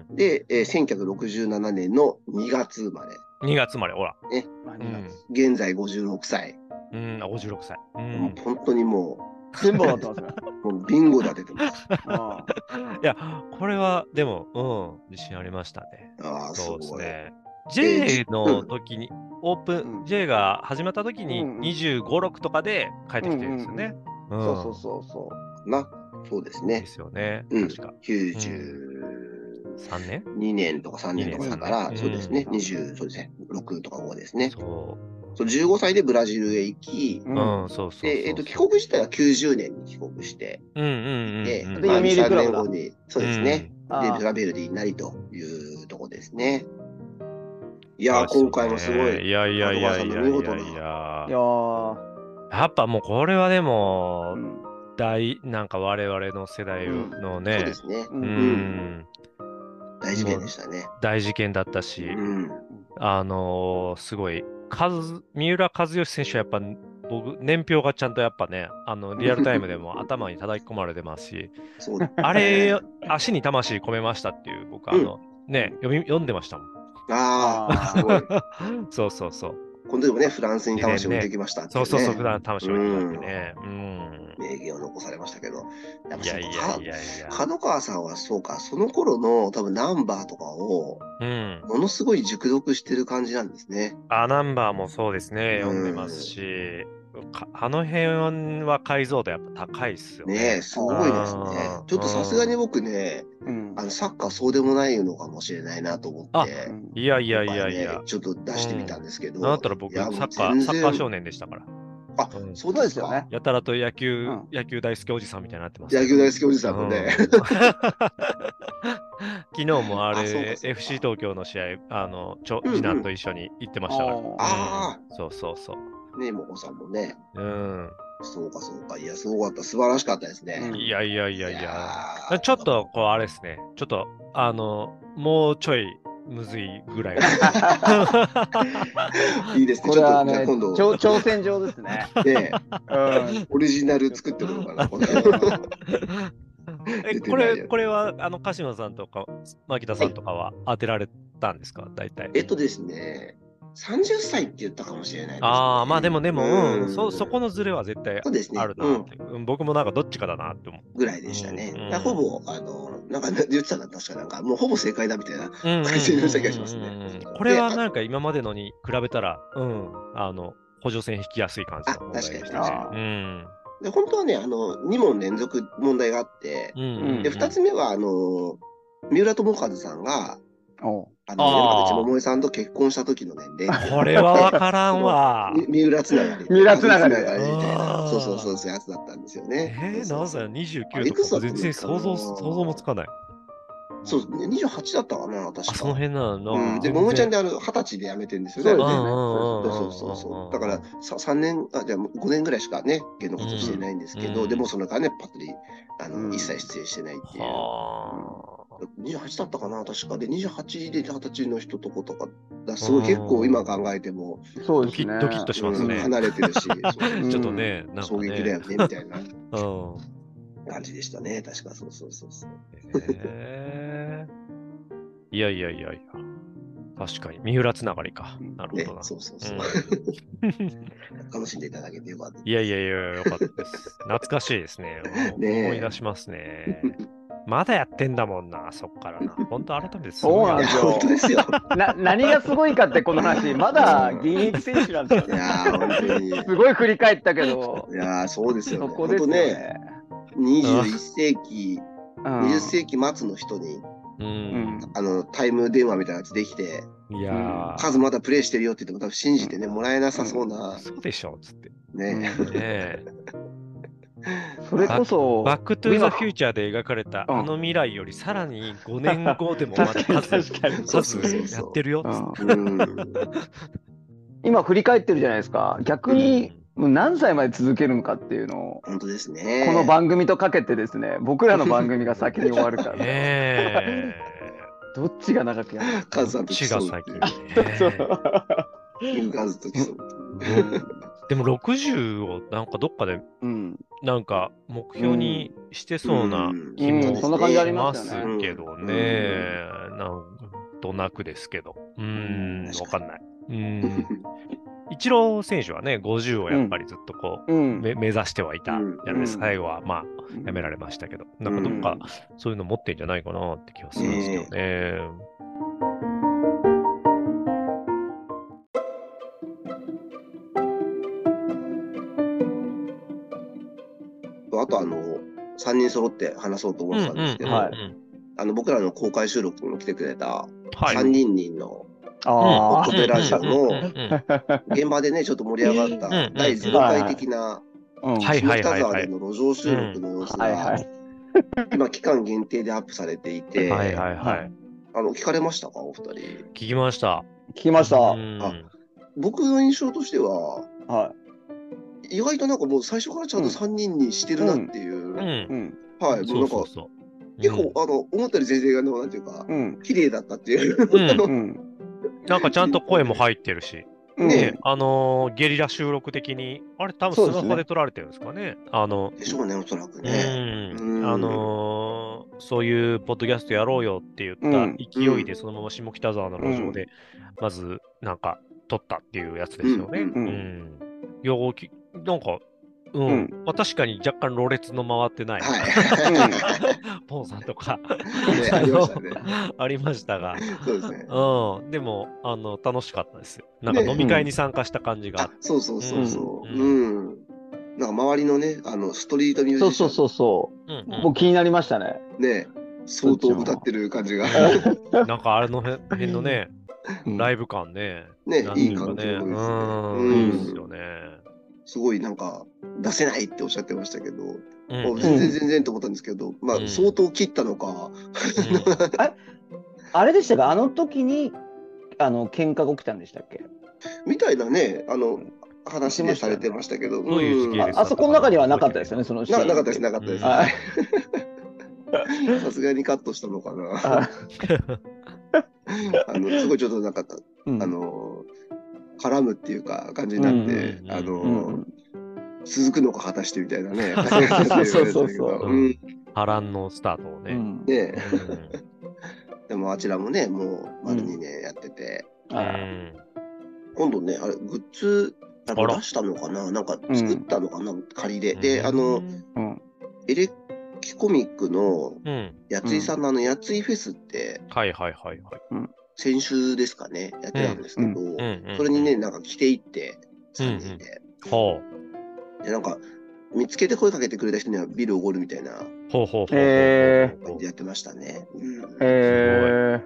Speaker 3: うん
Speaker 1: で、えー1967年の2月生まれ、
Speaker 3: うん。2月生まれ、ほら。
Speaker 2: まあ
Speaker 3: うん。
Speaker 1: 現在56歳、
Speaker 3: うん、あ56歳。う。
Speaker 1: もうん本当にも
Speaker 2: 全部終わってますね。
Speaker 1: う、もうビンゴが出て
Speaker 3: (laughs)
Speaker 1: ます。
Speaker 2: うん
Speaker 3: いや、これは、でも、うん、自信ありましたね。
Speaker 1: ああ、す
Speaker 3: そうです
Speaker 1: ごい。
Speaker 3: ね。 J の時に、オープ
Speaker 2: う
Speaker 3: ン、
Speaker 2: ん
Speaker 3: J が始まった時に
Speaker 2: うんうん
Speaker 3: 25、6とかで帰ってきてるんですよね。うん
Speaker 2: そうそうそうそ
Speaker 1: な、そうですね
Speaker 3: で。すよね。
Speaker 1: うん
Speaker 3: 確か。
Speaker 1: 92
Speaker 3: 3年
Speaker 1: 年とか3年とかだから、
Speaker 3: うん
Speaker 1: そうですね、20、そうですね、6とか5ですね。
Speaker 3: そ
Speaker 1: そう15歳でブラジルへ行き、
Speaker 2: う。う
Speaker 3: う。うんん、そうそうそう。
Speaker 1: で、えっと、帰国自体は90年に帰国して、
Speaker 3: うんうんうんうん。
Speaker 1: で、
Speaker 2: で
Speaker 1: まあ
Speaker 2: 読売
Speaker 1: 2、3
Speaker 2: クラブ
Speaker 1: 年
Speaker 2: だ
Speaker 1: 後に、そうですね、
Speaker 2: あ
Speaker 1: で、
Speaker 2: ー
Speaker 1: ブラベルディになりというとこですね。いやー、
Speaker 3: そう
Speaker 1: 今回も
Speaker 3: ですよ
Speaker 1: ご
Speaker 3: ね
Speaker 1: い。
Speaker 3: いやいやいやいやい
Speaker 1: 角川さ
Speaker 3: や
Speaker 1: んの見
Speaker 3: い
Speaker 1: 事
Speaker 3: や
Speaker 2: いや。ー、
Speaker 3: やっぱもうこれはで
Speaker 2: う
Speaker 3: も、
Speaker 2: ん
Speaker 3: 大、なんか我々の世代の
Speaker 1: そう
Speaker 3: ね
Speaker 1: で、すね。
Speaker 2: う
Speaker 3: うんん、
Speaker 1: 大事件でしたね。
Speaker 3: 大事件だったし、
Speaker 1: うん。
Speaker 3: あのーすごい、カズ三浦知良選手はやっぱ、僕、年表がちゃんとやっぱね、あのリアルタイムでも頭に叩き込まれてま
Speaker 1: (laughs)
Speaker 3: すし、 (laughs)
Speaker 1: そうだ。
Speaker 3: あれ、足に魂込めましたっていう、僕、あの、ね、読み読んでましたも
Speaker 1: ああ、すごい。 (laughs)
Speaker 3: ん。そうそうそう。
Speaker 1: この時もね、フランスに魂を持ってきましたってい
Speaker 3: そう
Speaker 1: ね。
Speaker 3: そうそう、普段魂を込めてね。うん。
Speaker 1: 名言を残されましたけど、やっぱ
Speaker 3: いやいや
Speaker 1: そう
Speaker 3: いやいや
Speaker 1: か、。角川さんはそうか、その頃の多分ナンバーとかを、
Speaker 3: うん。
Speaker 1: ものすごい熟読してる感じなんですね。
Speaker 3: あ、ナンバーもそうですね、
Speaker 1: うん
Speaker 3: 読んでますし、かあの辺は解像度やっぱ高いっすよね。
Speaker 1: ねえ、すごいですね
Speaker 3: あー。
Speaker 1: ちょっとさすがに僕ね、
Speaker 2: うん
Speaker 1: あのサッカーそうでもないのかもしれないなと思って、
Speaker 2: うん
Speaker 3: いやいやいやい
Speaker 1: 今回
Speaker 3: や
Speaker 1: ね。ちょっと出してみたんですけど。
Speaker 3: なんだったら僕、
Speaker 1: いや
Speaker 3: サ
Speaker 1: もう
Speaker 3: ッカー、
Speaker 1: 全然
Speaker 3: サッカー少年でしたから。
Speaker 1: あ、
Speaker 3: うん
Speaker 1: そうな
Speaker 2: そうんで
Speaker 1: ですす
Speaker 2: よ
Speaker 1: よ
Speaker 2: ね
Speaker 1: ね。。
Speaker 3: やたらと野球、
Speaker 2: うん
Speaker 3: 野球大好きおじさんみたいになってます。
Speaker 1: 野球大好きおじさんもね。
Speaker 3: うん (laughs) 昨日もあ
Speaker 1: あそうか
Speaker 3: れ、
Speaker 1: そうか
Speaker 3: FC 東京の試合、あの、ちょ
Speaker 1: うんうん
Speaker 3: 次男と一緒に行ってましたから。
Speaker 2: あー
Speaker 1: あ
Speaker 3: うんそうそうそう。
Speaker 1: ねえ、もこさんもね。
Speaker 3: うん。
Speaker 1: そうかそうか。いや、すごかった。素晴らしかったですね。
Speaker 2: うん
Speaker 3: いやいやいやい
Speaker 1: い
Speaker 3: や。
Speaker 1: やー
Speaker 3: ちょっと、こう、あれですね。ちょっと、あの、もうちょい、むずいぐ
Speaker 1: (laughs)
Speaker 3: らい。
Speaker 1: いいですね。
Speaker 2: これはね、
Speaker 1: ちょっとじゃあ
Speaker 2: 挑挑戦状です
Speaker 1: (laughs)
Speaker 2: ね。
Speaker 1: 今度、ね、
Speaker 2: うん。
Speaker 1: オリジナル作っても
Speaker 3: (laughs)
Speaker 1: らおうかな。
Speaker 3: え
Speaker 1: 出てない
Speaker 3: こ
Speaker 1: や
Speaker 3: れ、
Speaker 1: つ
Speaker 3: これは、あの、鹿島さんとか、牧田さんとかは当てられたんですか、大体。
Speaker 1: えっとですね、30歳って言ったかもしれないです、ね。
Speaker 3: ああ、まあでもでも、うん
Speaker 1: うん
Speaker 3: そ、そこのズレは絶対
Speaker 1: そうですね
Speaker 3: あるなって、うん僕もなんかどっちかだなって思う。
Speaker 1: ぐらいでしたね。
Speaker 3: うん
Speaker 1: だからほぼ、あの、なんか言ってたな、確かなんか、もうほぼ正解だみたいな。
Speaker 3: うんうんうん
Speaker 1: 感じの気がしますね
Speaker 3: うんうんうんこれは
Speaker 1: であ
Speaker 3: なんか今までのに比べたら、うん、あの、補助線引きやすい感じの問題でしたね
Speaker 2: あ確か
Speaker 3: うん。
Speaker 1: で、本当はね、あの、2問連続問題があって、
Speaker 3: うん
Speaker 2: う
Speaker 3: うん
Speaker 1: で、2つ目は、あの、三浦友和さんが、
Speaker 2: おう
Speaker 1: あ
Speaker 3: あー
Speaker 1: の、山口百恵さんと結婚した時の年齢。
Speaker 3: これはわからんわ。
Speaker 1: み三浦つながり。
Speaker 2: 三浦つながり
Speaker 1: 三浦みたい
Speaker 3: あー
Speaker 1: な。そうそうそう、そういうやつだったんですよね。
Speaker 3: えー、
Speaker 1: そう
Speaker 3: な
Speaker 1: そ
Speaker 3: ぜ
Speaker 1: うあ
Speaker 3: ?29
Speaker 1: い
Speaker 3: と
Speaker 1: くつだ
Speaker 3: か
Speaker 1: ったの
Speaker 3: 全然想像、
Speaker 1: かな
Speaker 3: 想像もつかない。
Speaker 1: そう、28だったかな、確か。
Speaker 3: あ、その辺なの。
Speaker 1: うん、で、
Speaker 3: 全然
Speaker 1: ももちゃんであの二十歳で辞めてるんですよね。
Speaker 2: そうですね
Speaker 1: そううんそうそう
Speaker 3: うんうんう
Speaker 1: そ
Speaker 3: んうん
Speaker 1: う。だからさ三年あじゃあもう五年ぐらいしかね芸能活動していないんですけど、
Speaker 3: うん
Speaker 1: でもその間ねパッとリあの、
Speaker 2: うん
Speaker 1: 一切出演してないっていう。
Speaker 3: はあ。
Speaker 1: 二十八だったかな確かで二十八で二十歳の人とことかだからすごい結構今考えても、
Speaker 2: そう
Speaker 3: ド
Speaker 2: で
Speaker 3: キ
Speaker 2: すね。
Speaker 3: ッドキッとします
Speaker 1: うん
Speaker 3: ね。
Speaker 1: 離れて
Speaker 3: (laughs)
Speaker 1: るし、そう
Speaker 3: ちょっとね、なんか
Speaker 1: 衝撃だ
Speaker 3: ね
Speaker 1: よ。ねみたいな
Speaker 3: うん。
Speaker 1: 感じでしたね。確かそうそうそうそう。
Speaker 3: へーいやいやいやいや。確かに。三浦つながりか。
Speaker 2: うん
Speaker 3: なる
Speaker 1: ね
Speaker 3: ほどな。
Speaker 1: そうそうそう。楽しんでいただけてよかった。
Speaker 3: いやいやいや、よかった
Speaker 1: (laughs)
Speaker 3: です。懐かしいですね。
Speaker 1: ねえ
Speaker 3: 思い出しますね。まだやってんだもんな、そっからな。本当改めてす
Speaker 2: そ
Speaker 3: ご
Speaker 2: う
Speaker 3: い
Speaker 2: なん
Speaker 1: い
Speaker 2: で
Speaker 1: や
Speaker 2: すよ
Speaker 1: 本当ですよ。
Speaker 2: な何がすごいかってこの話、まだ現役選手なんですよ
Speaker 1: いやー本当に。
Speaker 2: すごい振り返ったけど、
Speaker 1: いやーそうですよ
Speaker 2: そ
Speaker 1: ね。
Speaker 2: こ
Speaker 1: 本
Speaker 2: です
Speaker 1: 当
Speaker 2: よ
Speaker 1: ね、
Speaker 2: ね。
Speaker 1: 21世紀、
Speaker 2: うん
Speaker 1: 20世紀末の人に、
Speaker 2: う
Speaker 3: う。
Speaker 2: んん
Speaker 1: あの、タイム電話みたいなやつできて、
Speaker 3: いや
Speaker 1: カズまだプレイしてるよって言っても多分信じてね、もらえなさそう
Speaker 3: ー、
Speaker 1: な、
Speaker 3: そうでしょ、つって。
Speaker 1: (laughs)
Speaker 3: ね
Speaker 1: ね。
Speaker 3: え。
Speaker 2: それこそ、
Speaker 3: バックトゥーザフューチャーで描かれた
Speaker 2: うん
Speaker 3: あの未来よりさらに5年後でもまだ
Speaker 2: 確かに
Speaker 3: 数、
Speaker 2: 確かに
Speaker 1: そうそうそう
Speaker 3: 数
Speaker 1: そう
Speaker 3: やってるよ、つって。
Speaker 1: うん。
Speaker 2: 今振り返ってるじゃないですか逆にもう何歳まで続けるのかっていうのを、
Speaker 1: 本当ですね。
Speaker 2: この番組とかけてですね僕らの番組が先に終わるから、
Speaker 3: え
Speaker 2: どっちが長くやる
Speaker 1: カズさ
Speaker 3: え
Speaker 1: んと
Speaker 3: ち
Speaker 1: 競
Speaker 3: が
Speaker 1: う
Speaker 3: 最近。
Speaker 1: (laughs)
Speaker 2: のそう
Speaker 3: ね
Speaker 1: うんカズと競う。
Speaker 3: えでも60をなんかどっかで
Speaker 2: うん
Speaker 3: なんか目標にしてそうな
Speaker 1: うん
Speaker 3: 気
Speaker 2: う
Speaker 3: も
Speaker 2: ん
Speaker 3: し
Speaker 2: そんな感じあり
Speaker 3: ま
Speaker 2: ます
Speaker 3: す
Speaker 2: よね
Speaker 3: けどね。なんとなくですけど。うーん、わ
Speaker 1: 確
Speaker 3: か
Speaker 1: か
Speaker 3: んない。うん。イチロー選手はね、50をやっぱりずっとこ
Speaker 2: う
Speaker 3: う、
Speaker 2: ん
Speaker 3: め目指してはいたやつです。
Speaker 2: うん
Speaker 3: 最後はまあ、やめられましたけど、なんかどっかそういうの持ってんじゃないかなって気がするんですけどね。
Speaker 1: 3人揃って話そうと思
Speaker 3: うん
Speaker 1: って
Speaker 3: うん
Speaker 1: たん
Speaker 3: う
Speaker 1: ですけど、
Speaker 3: ん
Speaker 2: はい
Speaker 1: あの僕らの公開収録にも来てくれた
Speaker 3: はい。
Speaker 1: 3人人の
Speaker 2: あ
Speaker 1: ホットペラジオの
Speaker 3: うんうんうん
Speaker 1: 現場でね、ちょっと盛り上がっ
Speaker 3: うんうんう
Speaker 1: た
Speaker 3: ん
Speaker 1: 第0回的な
Speaker 2: あ、うん
Speaker 3: はい
Speaker 1: 下北沢での路上収録の様子
Speaker 2: はいは
Speaker 1: が
Speaker 2: い。
Speaker 1: 今期間限定でアップされてい
Speaker 3: うん
Speaker 1: て、
Speaker 3: はいはいはい。
Speaker 1: あの聞かれましたかお二人。
Speaker 3: 聞きました。
Speaker 2: 聞きました。
Speaker 3: う
Speaker 2: は
Speaker 3: ん
Speaker 1: あ僕の印象としては意外となんかもう最初からちゃんと3人にしてるなっていう、
Speaker 3: うん
Speaker 2: い。う。ん。
Speaker 1: はい、もう
Speaker 3: そ
Speaker 1: なん
Speaker 3: う
Speaker 1: か
Speaker 3: そうそう。
Speaker 1: 結構、
Speaker 3: うん
Speaker 1: あの思ったより全然がのなんていうか
Speaker 2: うん。
Speaker 1: 綺麗だったっていう。
Speaker 3: うん
Speaker 2: うん。
Speaker 3: なんかちゃんと声も入ってるし、
Speaker 2: うん
Speaker 1: ね
Speaker 3: あのーゲリラ収録的に、あれ、多分ス
Speaker 2: そうで
Speaker 3: マ
Speaker 2: すね
Speaker 3: ホで撮られてるんですかね。あの、
Speaker 1: でしょうね、おそらく
Speaker 3: う
Speaker 1: ね。うん
Speaker 3: ん、あのーそういうポッドキャストやろうよって言
Speaker 2: う
Speaker 3: っ
Speaker 2: ん
Speaker 3: た勢いで、そのまま下北沢の路上で、まず、なんか、撮ったっていうやつですよね。
Speaker 2: う
Speaker 3: うんん。いや、おきなんか、うん、
Speaker 2: うん
Speaker 3: まあ、確かに若干、ろれつの回ってない、
Speaker 1: は
Speaker 3: ポンさんとか
Speaker 1: い。
Speaker 3: (laughs)
Speaker 1: ね、ありましたね。
Speaker 3: ありましたが、
Speaker 1: そうですね。
Speaker 3: うん、でもあの楽しかったですよ。なんか
Speaker 1: ね
Speaker 3: 飲み会に参加した感じがあっ
Speaker 1: あ
Speaker 3: て、
Speaker 1: そうそうそうそう。
Speaker 3: うん
Speaker 1: うん。なんか周りのね、あのストリートミュージシ
Speaker 2: そ
Speaker 1: ャ
Speaker 2: う
Speaker 1: ン
Speaker 2: そうそうそう。
Speaker 3: うんうん
Speaker 2: もう気になりましたね。
Speaker 1: ね、相当歌ってる感じが、
Speaker 3: なんかあれのへ辺のね、ラ
Speaker 2: イ
Speaker 3: イブ感ね、
Speaker 1: ね
Speaker 3: な、ん
Speaker 1: いい
Speaker 3: か
Speaker 1: 感じ
Speaker 3: ね、
Speaker 1: の
Speaker 3: う
Speaker 1: 声
Speaker 3: ん、い
Speaker 1: で
Speaker 3: いですす
Speaker 1: ね。う
Speaker 3: よ
Speaker 1: ん。
Speaker 3: ね。
Speaker 1: (laughs) すごいなんか出せないっておっしゃってましたけど、
Speaker 3: う
Speaker 1: もう
Speaker 3: んう
Speaker 1: 全
Speaker 3: ん
Speaker 1: 然全然と思ったんですけど、ま
Speaker 3: う
Speaker 1: あ
Speaker 3: ん
Speaker 1: 相当切ったのか、
Speaker 2: あれでしたかあの時に、あの、喧嘩が起きたんでしたっけ
Speaker 1: みたいなね、あの、話
Speaker 2: 言ってま
Speaker 1: でさ
Speaker 2: したよね
Speaker 1: れてましたけど、
Speaker 3: どういう時期
Speaker 1: ん
Speaker 3: です
Speaker 2: ああそこの中にはなかったですよね、そのシー
Speaker 1: な
Speaker 2: ン
Speaker 1: なかったです、なかったです。
Speaker 2: は
Speaker 1: (laughs) はいいさすがにカットしたのかな。
Speaker 2: あ
Speaker 1: (laughs) あのすごいちょっとなんか、
Speaker 2: うん
Speaker 1: あの、絡むっていうか感じになって、
Speaker 3: うん
Speaker 1: あの、
Speaker 2: うんうん
Speaker 1: 続くのか果たしてみたいな
Speaker 3: (laughs)
Speaker 1: ね。
Speaker 2: そうそうそうそう
Speaker 1: うん
Speaker 3: 波乱のスタートを
Speaker 2: う
Speaker 3: ね。
Speaker 2: ん
Speaker 1: ね
Speaker 3: うん
Speaker 1: でもあちらもね、もう丸2年やってて、
Speaker 3: う
Speaker 2: あ
Speaker 3: ん
Speaker 1: 今度ね、あれ、グッズ、やっぱ
Speaker 3: あら
Speaker 1: 出したのかななんか作ったのかな、仮で。で、あ
Speaker 3: う
Speaker 1: の、
Speaker 3: ん
Speaker 2: うん
Speaker 1: エレキコミックの
Speaker 3: うん、
Speaker 1: やついさんのあの、やついフェスって、
Speaker 3: はいはいはいはい。
Speaker 1: 先週ですかね、やってたんですけど、
Speaker 3: うんうん
Speaker 1: それにね、、なんか着ていって、3人で。
Speaker 3: ほ
Speaker 1: で、なんか、見つけて声かけてくれた人にはビールおごるみたいな
Speaker 3: うほうほうほうほう。
Speaker 2: え
Speaker 1: 感じでやってましたね。うん
Speaker 2: え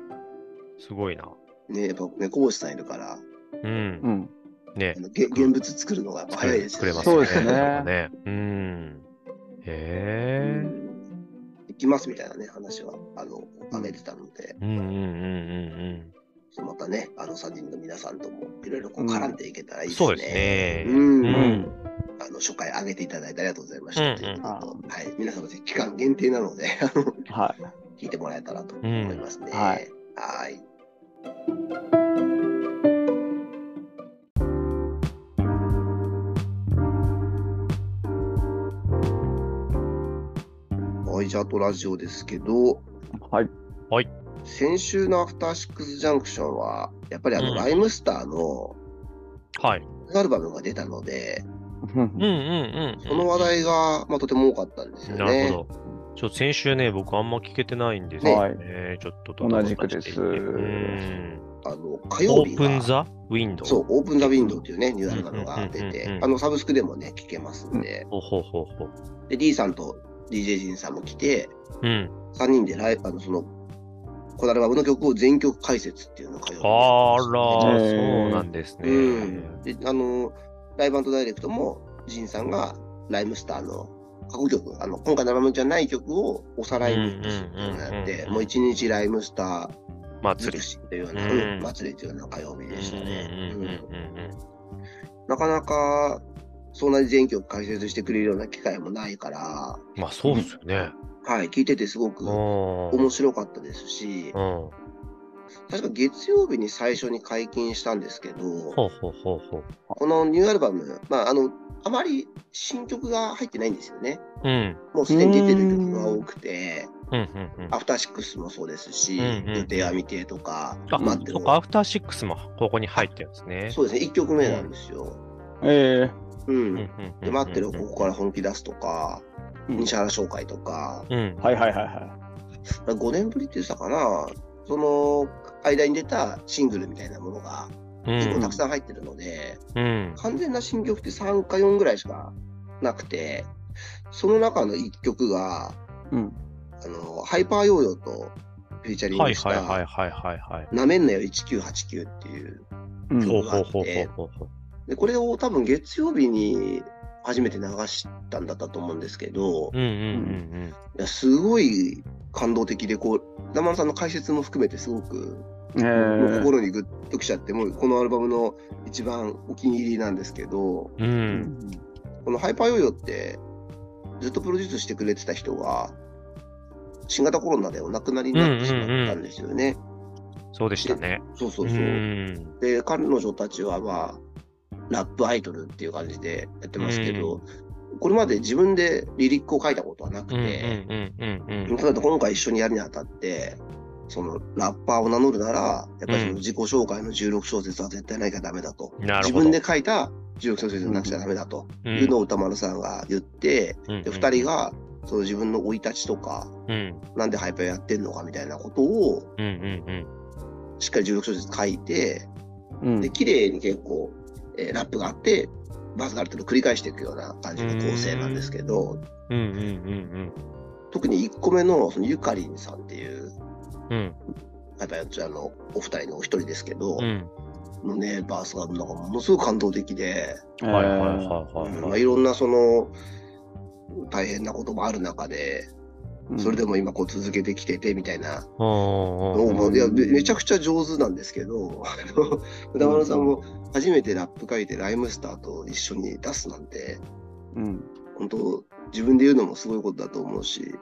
Speaker 3: すごいな。
Speaker 1: ね、やっぱね、小星さんいるから、
Speaker 3: う、
Speaker 2: ーうんん
Speaker 3: ね
Speaker 1: あ、のげ現物作るのがやっぱ
Speaker 3: 作
Speaker 1: 早い
Speaker 3: れ
Speaker 1: です
Speaker 3: 作れます
Speaker 2: そ
Speaker 3: よ
Speaker 2: う
Speaker 3: ね。
Speaker 2: ですね
Speaker 3: なんかねうん。へえ。
Speaker 1: 行きますみたいなね、話は、あの、上げてたので、
Speaker 3: うんうんうんうん
Speaker 1: またね、あの3人の皆さんともいろいろこう絡んでいけたらい
Speaker 3: うん。
Speaker 1: いですね。
Speaker 3: そうですね。
Speaker 1: うん
Speaker 3: う
Speaker 2: うん
Speaker 3: ん。
Speaker 1: あの初回上げていただいてありがとうございました。
Speaker 3: うん
Speaker 1: ということと
Speaker 2: うん
Speaker 1: はい、皆様で期間限定なので、あの
Speaker 2: はい
Speaker 1: 聞いてもらえたらと思いますね。
Speaker 2: うんはい
Speaker 1: はーい。はい、じゃああとラジオですけど、
Speaker 2: はい
Speaker 1: 先週のアフターシックスジャンクションは、やっぱりあの、
Speaker 3: うん
Speaker 1: ライムスターの
Speaker 3: はい。
Speaker 1: アルバムが出たので、
Speaker 3: うんうんうんうん。
Speaker 1: その話題が、まあ、とても多かったんですよね。
Speaker 3: なるほど。ちょっと先週ね、僕あんま聞けてないんですよね。ちょっとドタバタしていて
Speaker 2: 同じくです
Speaker 3: うん
Speaker 1: あの火
Speaker 3: オ
Speaker 1: 曜日
Speaker 3: ー
Speaker 1: が
Speaker 3: プンザウィンドウ。
Speaker 1: そう、オープンザウィンドウっていうね、ニューアルバムが出
Speaker 3: うんうんうん
Speaker 1: て
Speaker 3: う、ん
Speaker 1: あの、サブスクでもね、聴けますんで、
Speaker 3: ほうほうほうほう。
Speaker 1: で、D さんと DJ ジンさんも来て、
Speaker 3: うん。
Speaker 1: 3人でライブ、あの、その、このアルバムの曲を全曲解説っていうのを火曜
Speaker 3: あ
Speaker 1: 日
Speaker 3: ら、
Speaker 2: ね
Speaker 3: そうなんですね。
Speaker 1: うん。で、あの、ライブダイレクトも、ジンさんが、ライムスターの過去曲、あの、今回のアルバムじゃない曲をおさらいミックスっていうのをやっ
Speaker 3: うんうんうん
Speaker 1: て、
Speaker 3: うん
Speaker 1: もう一日ライムスター尽く
Speaker 3: 祭り。
Speaker 1: しというような、
Speaker 3: うん
Speaker 1: うん祭りというような火曜日でしたね。
Speaker 3: うんうんうん
Speaker 1: うん
Speaker 3: うんうん
Speaker 1: なかなか、そんなに全曲解説してくれるような機会もないから、
Speaker 3: まあそうですよね。
Speaker 1: はい、聞いててすごく
Speaker 3: うん。
Speaker 1: 面白かったですし、
Speaker 3: うん。ほ
Speaker 1: 確か月曜日に最初に解禁したんですけど、
Speaker 3: うほうほうほう。
Speaker 1: このニューアルバム、まあ、あの、あまり新曲が入ってないんですよね。
Speaker 3: うん。
Speaker 1: もうすでに出てる曲が多くて、
Speaker 3: うんうんうん。
Speaker 1: アフターシックスもそうですし、
Speaker 3: うんうん
Speaker 1: 予定は未定とか、
Speaker 3: あ、
Speaker 1: 待って
Speaker 3: そ
Speaker 1: る
Speaker 3: っか、アフターシックスもここに入ってるんですね。
Speaker 1: そうですね、1曲目なんですよ。
Speaker 2: え
Speaker 1: うん。
Speaker 3: うんうんうんうん
Speaker 1: で待ってるここから本気出すとか、
Speaker 2: うん
Speaker 1: 西原商会とか、
Speaker 3: うん
Speaker 2: ー。はいはいはいは
Speaker 1: 5年ぶりって言ってたかな、その間に出たシングルみたいなものが
Speaker 3: う
Speaker 1: 結構
Speaker 3: ん
Speaker 1: たくさん入ってるので、
Speaker 3: うん。
Speaker 1: 完全な新曲って3か4ぐらいしかなくて、その中の一曲が、
Speaker 2: うん。
Speaker 1: あの、ハイパーヨーヨーとフィーチャリン
Speaker 3: は
Speaker 1: グ
Speaker 3: い
Speaker 1: し
Speaker 3: はいはい
Speaker 1: た、
Speaker 3: はいはいはい。
Speaker 1: なめんなよ1989っていう、
Speaker 2: うん
Speaker 3: ほう
Speaker 1: そう
Speaker 3: ほうほうほうほう。
Speaker 1: で、これを多分月曜日に初めて流したんだったと思うんですけど、
Speaker 3: うんうん
Speaker 1: いやすごい感動的で、こう、生野さんの解説も含めてすごく、
Speaker 2: え
Speaker 1: もう
Speaker 2: ー
Speaker 1: 心にグッときちゃって、もうこのアルバムの一番お気に入りなんですけど、
Speaker 3: うんうん。うん。
Speaker 1: このハイパーヨーヨーって、ずっとプロデュースしてくれてた人が、新型コロナでお亡くなりになってしまったんですよね。
Speaker 3: そうでしたね。
Speaker 1: そうそううそう。
Speaker 3: ん。
Speaker 1: で、彼女たちはまあ、ラップアイドルっていう感じでやってますけど、これまで自分でリリックを書いたことはなく
Speaker 3: うんうん
Speaker 1: て、
Speaker 3: うんうんうん。
Speaker 1: ただ今回一緒にやるにあたって、そのラッパーを名乗るなら、やっぱりその自己紹介の16小節は絶対なきゃダメだと。
Speaker 3: なる
Speaker 1: 自
Speaker 3: ほど。
Speaker 1: 分で書いた16小節なくちゃダメだと
Speaker 3: う
Speaker 1: いうんのを歌丸さんが言って、
Speaker 3: うん
Speaker 1: で2人がその自分の生い立ちとか、
Speaker 3: うん
Speaker 1: なんでハイパーやってんのかみたいなことを、
Speaker 3: うんうんうん。
Speaker 1: しっかり16小節書いて、
Speaker 2: うん
Speaker 1: で、綺麗に結構、えーラップがあって、バスがある程度繰り返していくような感じの構成なんですけど、
Speaker 3: うんうんうん
Speaker 1: 特に1個目のそのゆかりんさんっていう、
Speaker 3: うん。うん
Speaker 1: やっぱりあの、お二人のお一人ですけど、
Speaker 3: うん。
Speaker 1: のね、バースがなんかものすごく感動的で、
Speaker 2: えー
Speaker 3: はいはいはい
Speaker 1: うん
Speaker 3: はい
Speaker 1: まあ、
Speaker 3: はい
Speaker 1: い。ろんなその、大変なこともある中で、
Speaker 2: うん
Speaker 1: それでも今こう続けてきててみたいな、
Speaker 3: うんうんうん
Speaker 1: もういやめめちゃくちゃ上手なんですけ
Speaker 3: (laughs)
Speaker 1: ど、あの歌丸さんも初めてラップ書いてライムスターと一緒に出すなんて、
Speaker 2: うん。
Speaker 1: 本当自分で言うのもすごいことだと思うし